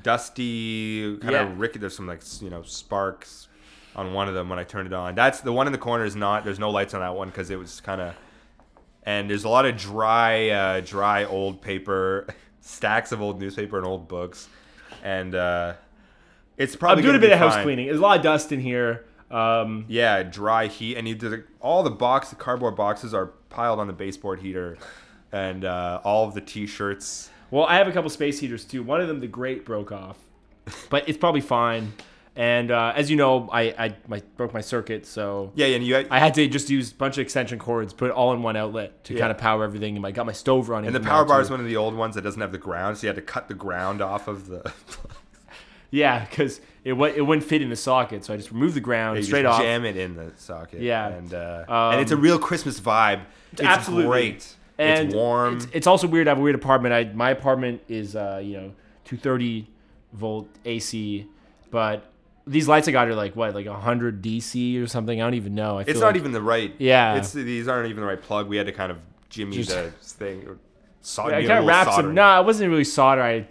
Speaker 2: dusty, kind
Speaker 1: Yeah.
Speaker 2: of rickety. There's some like s- you know sparks on one of them when I turned it on. That's the one in the corner is not. There's no lights on that one because it was kind of. And there's a lot of dry, uh, dry old paper, [laughs] stacks of old newspaper and old books, and uh, it's probably.
Speaker 1: I'm doing a
Speaker 2: gonna
Speaker 1: bit
Speaker 2: be
Speaker 1: of house
Speaker 2: fine.
Speaker 1: cleaning. There's a lot of dust in here. Um,
Speaker 2: Yeah, dry heat, and you did all the box, the cardboard boxes are piled on the baseboard heater, and uh, all of the t-shirts.
Speaker 1: Well, I have a couple space heaters too. One of them, the grate broke off, but it's probably fine. And uh, as you know, I I my, broke my circuit, so
Speaker 2: Yeah, and you.
Speaker 1: I had to just use a bunch of extension cords, put it all in one outlet to
Speaker 2: Yeah.
Speaker 1: kind of power everything. And I got my stove running.
Speaker 2: And the
Speaker 1: from
Speaker 2: power
Speaker 1: that,
Speaker 2: bar is
Speaker 1: too. [laughs]
Speaker 2: one of the old ones that doesn't have the ground, so you had to cut the ground off of the.
Speaker 1: Yeah, because it went it wouldn't fit in the socket, so I just removed the ground
Speaker 2: They
Speaker 1: straight
Speaker 2: just
Speaker 1: off.
Speaker 2: jam it in the socket.
Speaker 1: Yeah. Um,
Speaker 2: and uh, and it's a real Christmas vibe. It's
Speaker 1: Absolutely.
Speaker 2: great.
Speaker 1: And
Speaker 2: it's warm.
Speaker 1: It's, it's also weird. I have a weird apartment. I my apartment is uh, you know 230 volt AC, but these lights I got are like what like 100 DC or something. I don't even know. I feel
Speaker 2: It's not
Speaker 1: like-
Speaker 2: even the right.
Speaker 1: Yeah.
Speaker 2: It's these aren't even the right plug. We had to kind of jimmy
Speaker 1: Just-
Speaker 2: the thing. Or sol-
Speaker 1: I
Speaker 2: you know,
Speaker 1: kind of
Speaker 2: little
Speaker 1: wrapped some.
Speaker 2: soldering.
Speaker 1: No, nah, it wasn't really solder. I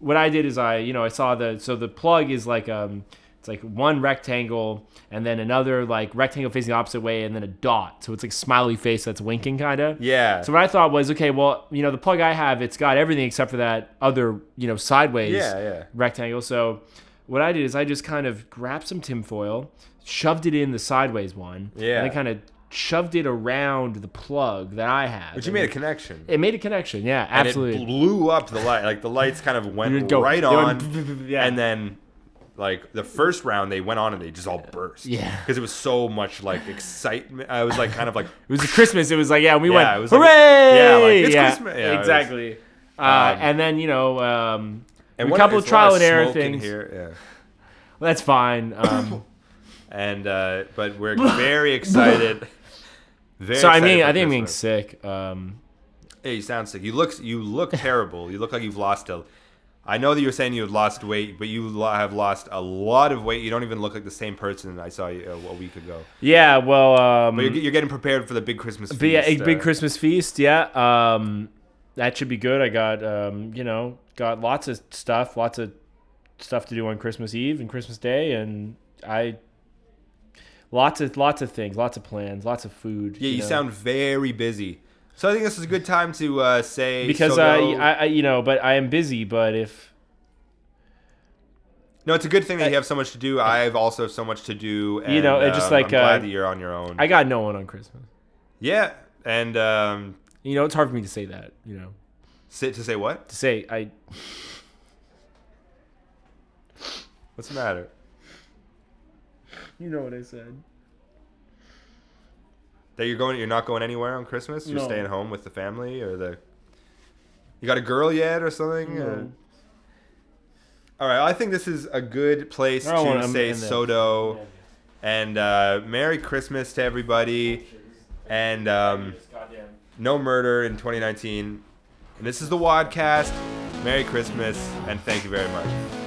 Speaker 1: what I did is I you know I saw the so the plug is like um it's like one rectangle and then another like rectangle facing the opposite way and then a dot. So it's like a smiley face that's winking kind of.
Speaker 2: Yeah.
Speaker 1: So what I thought was, okay, well, you know, the plug I have, it's got everything except for that other, you know, sideways
Speaker 2: Yeah, yeah.
Speaker 1: rectangle. So what I did is I just kind of grabbed some tinfoil, shoved it in the sideways one,
Speaker 2: Yeah.
Speaker 1: and I kind of shoved it around the plug that I have.
Speaker 2: But you made a connection.
Speaker 1: it made a connection, yeah,
Speaker 2: And
Speaker 1: absolutely.
Speaker 2: It blew up the light. Like the lights kind of
Speaker 1: It
Speaker 2: went
Speaker 1: would go-
Speaker 2: right
Speaker 1: they
Speaker 2: on.
Speaker 1: [laughs] went yeah.
Speaker 2: And then, like the first round, they went on and they just all burst.
Speaker 1: Yeah.
Speaker 2: Because it was so much like excitement. I was like kind of like.
Speaker 1: It was [laughs] a Christmas. It was like, yeah, we
Speaker 2: Yeah,
Speaker 1: went,
Speaker 2: it was like-
Speaker 1: hooray!
Speaker 2: yeah, like, it's Christmas. Yeah, it was-
Speaker 1: exactly. uh, and then you know, um,
Speaker 2: And
Speaker 1: a
Speaker 2: what-
Speaker 1: couple of
Speaker 2: there's lot
Speaker 1: trial and error
Speaker 2: smoke in
Speaker 1: things.
Speaker 2: Here. Yeah.
Speaker 1: That's
Speaker 2: [coughs]
Speaker 1: fine. Um,
Speaker 2: And uh, but we're very
Speaker 1: [laughs]
Speaker 2: excited. Very
Speaker 1: so I
Speaker 2: excited
Speaker 1: mean,
Speaker 2: for
Speaker 1: I think I'm getting
Speaker 2: Christmas.
Speaker 1: sick. Um,
Speaker 2: Yeah, you sound sick. You look you look terrible. You look like you've lost a. I know that you're saying you have lost weight, but you lo- have lost a lot of weight. You don't even look like the same person I saw you uh, a week ago.
Speaker 1: yeah, well, um,
Speaker 2: But you're, you're getting prepared for the big Christmas.
Speaker 1: But yeah,
Speaker 2: feast,
Speaker 1: a big
Speaker 2: uh,
Speaker 1: Christmas feast. Yeah, um, that should be good. I got um, you know got lots of stuff, lots of stuff to do on Christmas Eve and Christmas Day, and I lots of lots of things, lots of plans, lots of food.
Speaker 2: Yeah, you
Speaker 1: know.
Speaker 2: sound very busy. So I think this is a good time to uh, say
Speaker 1: because I,
Speaker 2: Soto-
Speaker 1: I I- you know, but I am busy. But if
Speaker 2: no, it's a good thing that you have so much to do. I have also so much to do. And,
Speaker 1: You know, it just
Speaker 2: um,
Speaker 1: like,
Speaker 2: I'm glad
Speaker 1: uh,
Speaker 2: that you're on your own.
Speaker 1: I got no one on Christmas,
Speaker 2: yeah, and um,
Speaker 1: you know, it's hard for me to say that. You know,
Speaker 2: sit to say what?
Speaker 1: to say I
Speaker 2: What's the matter?
Speaker 1: you know what I said.
Speaker 2: That you're going, you're not going anywhere on Christmas. You're
Speaker 1: No.
Speaker 2: staying home with the family or the. You got a girl yet or something? or- All right, I think this is a good place
Speaker 1: I don't
Speaker 2: to
Speaker 1: wanna- I'm
Speaker 2: say
Speaker 1: in the-
Speaker 2: Soto, and uh, Merry Christmas to everybody, and um, no murder in 2019. And this is the Wadcast. Merry Christmas, and thank you very much.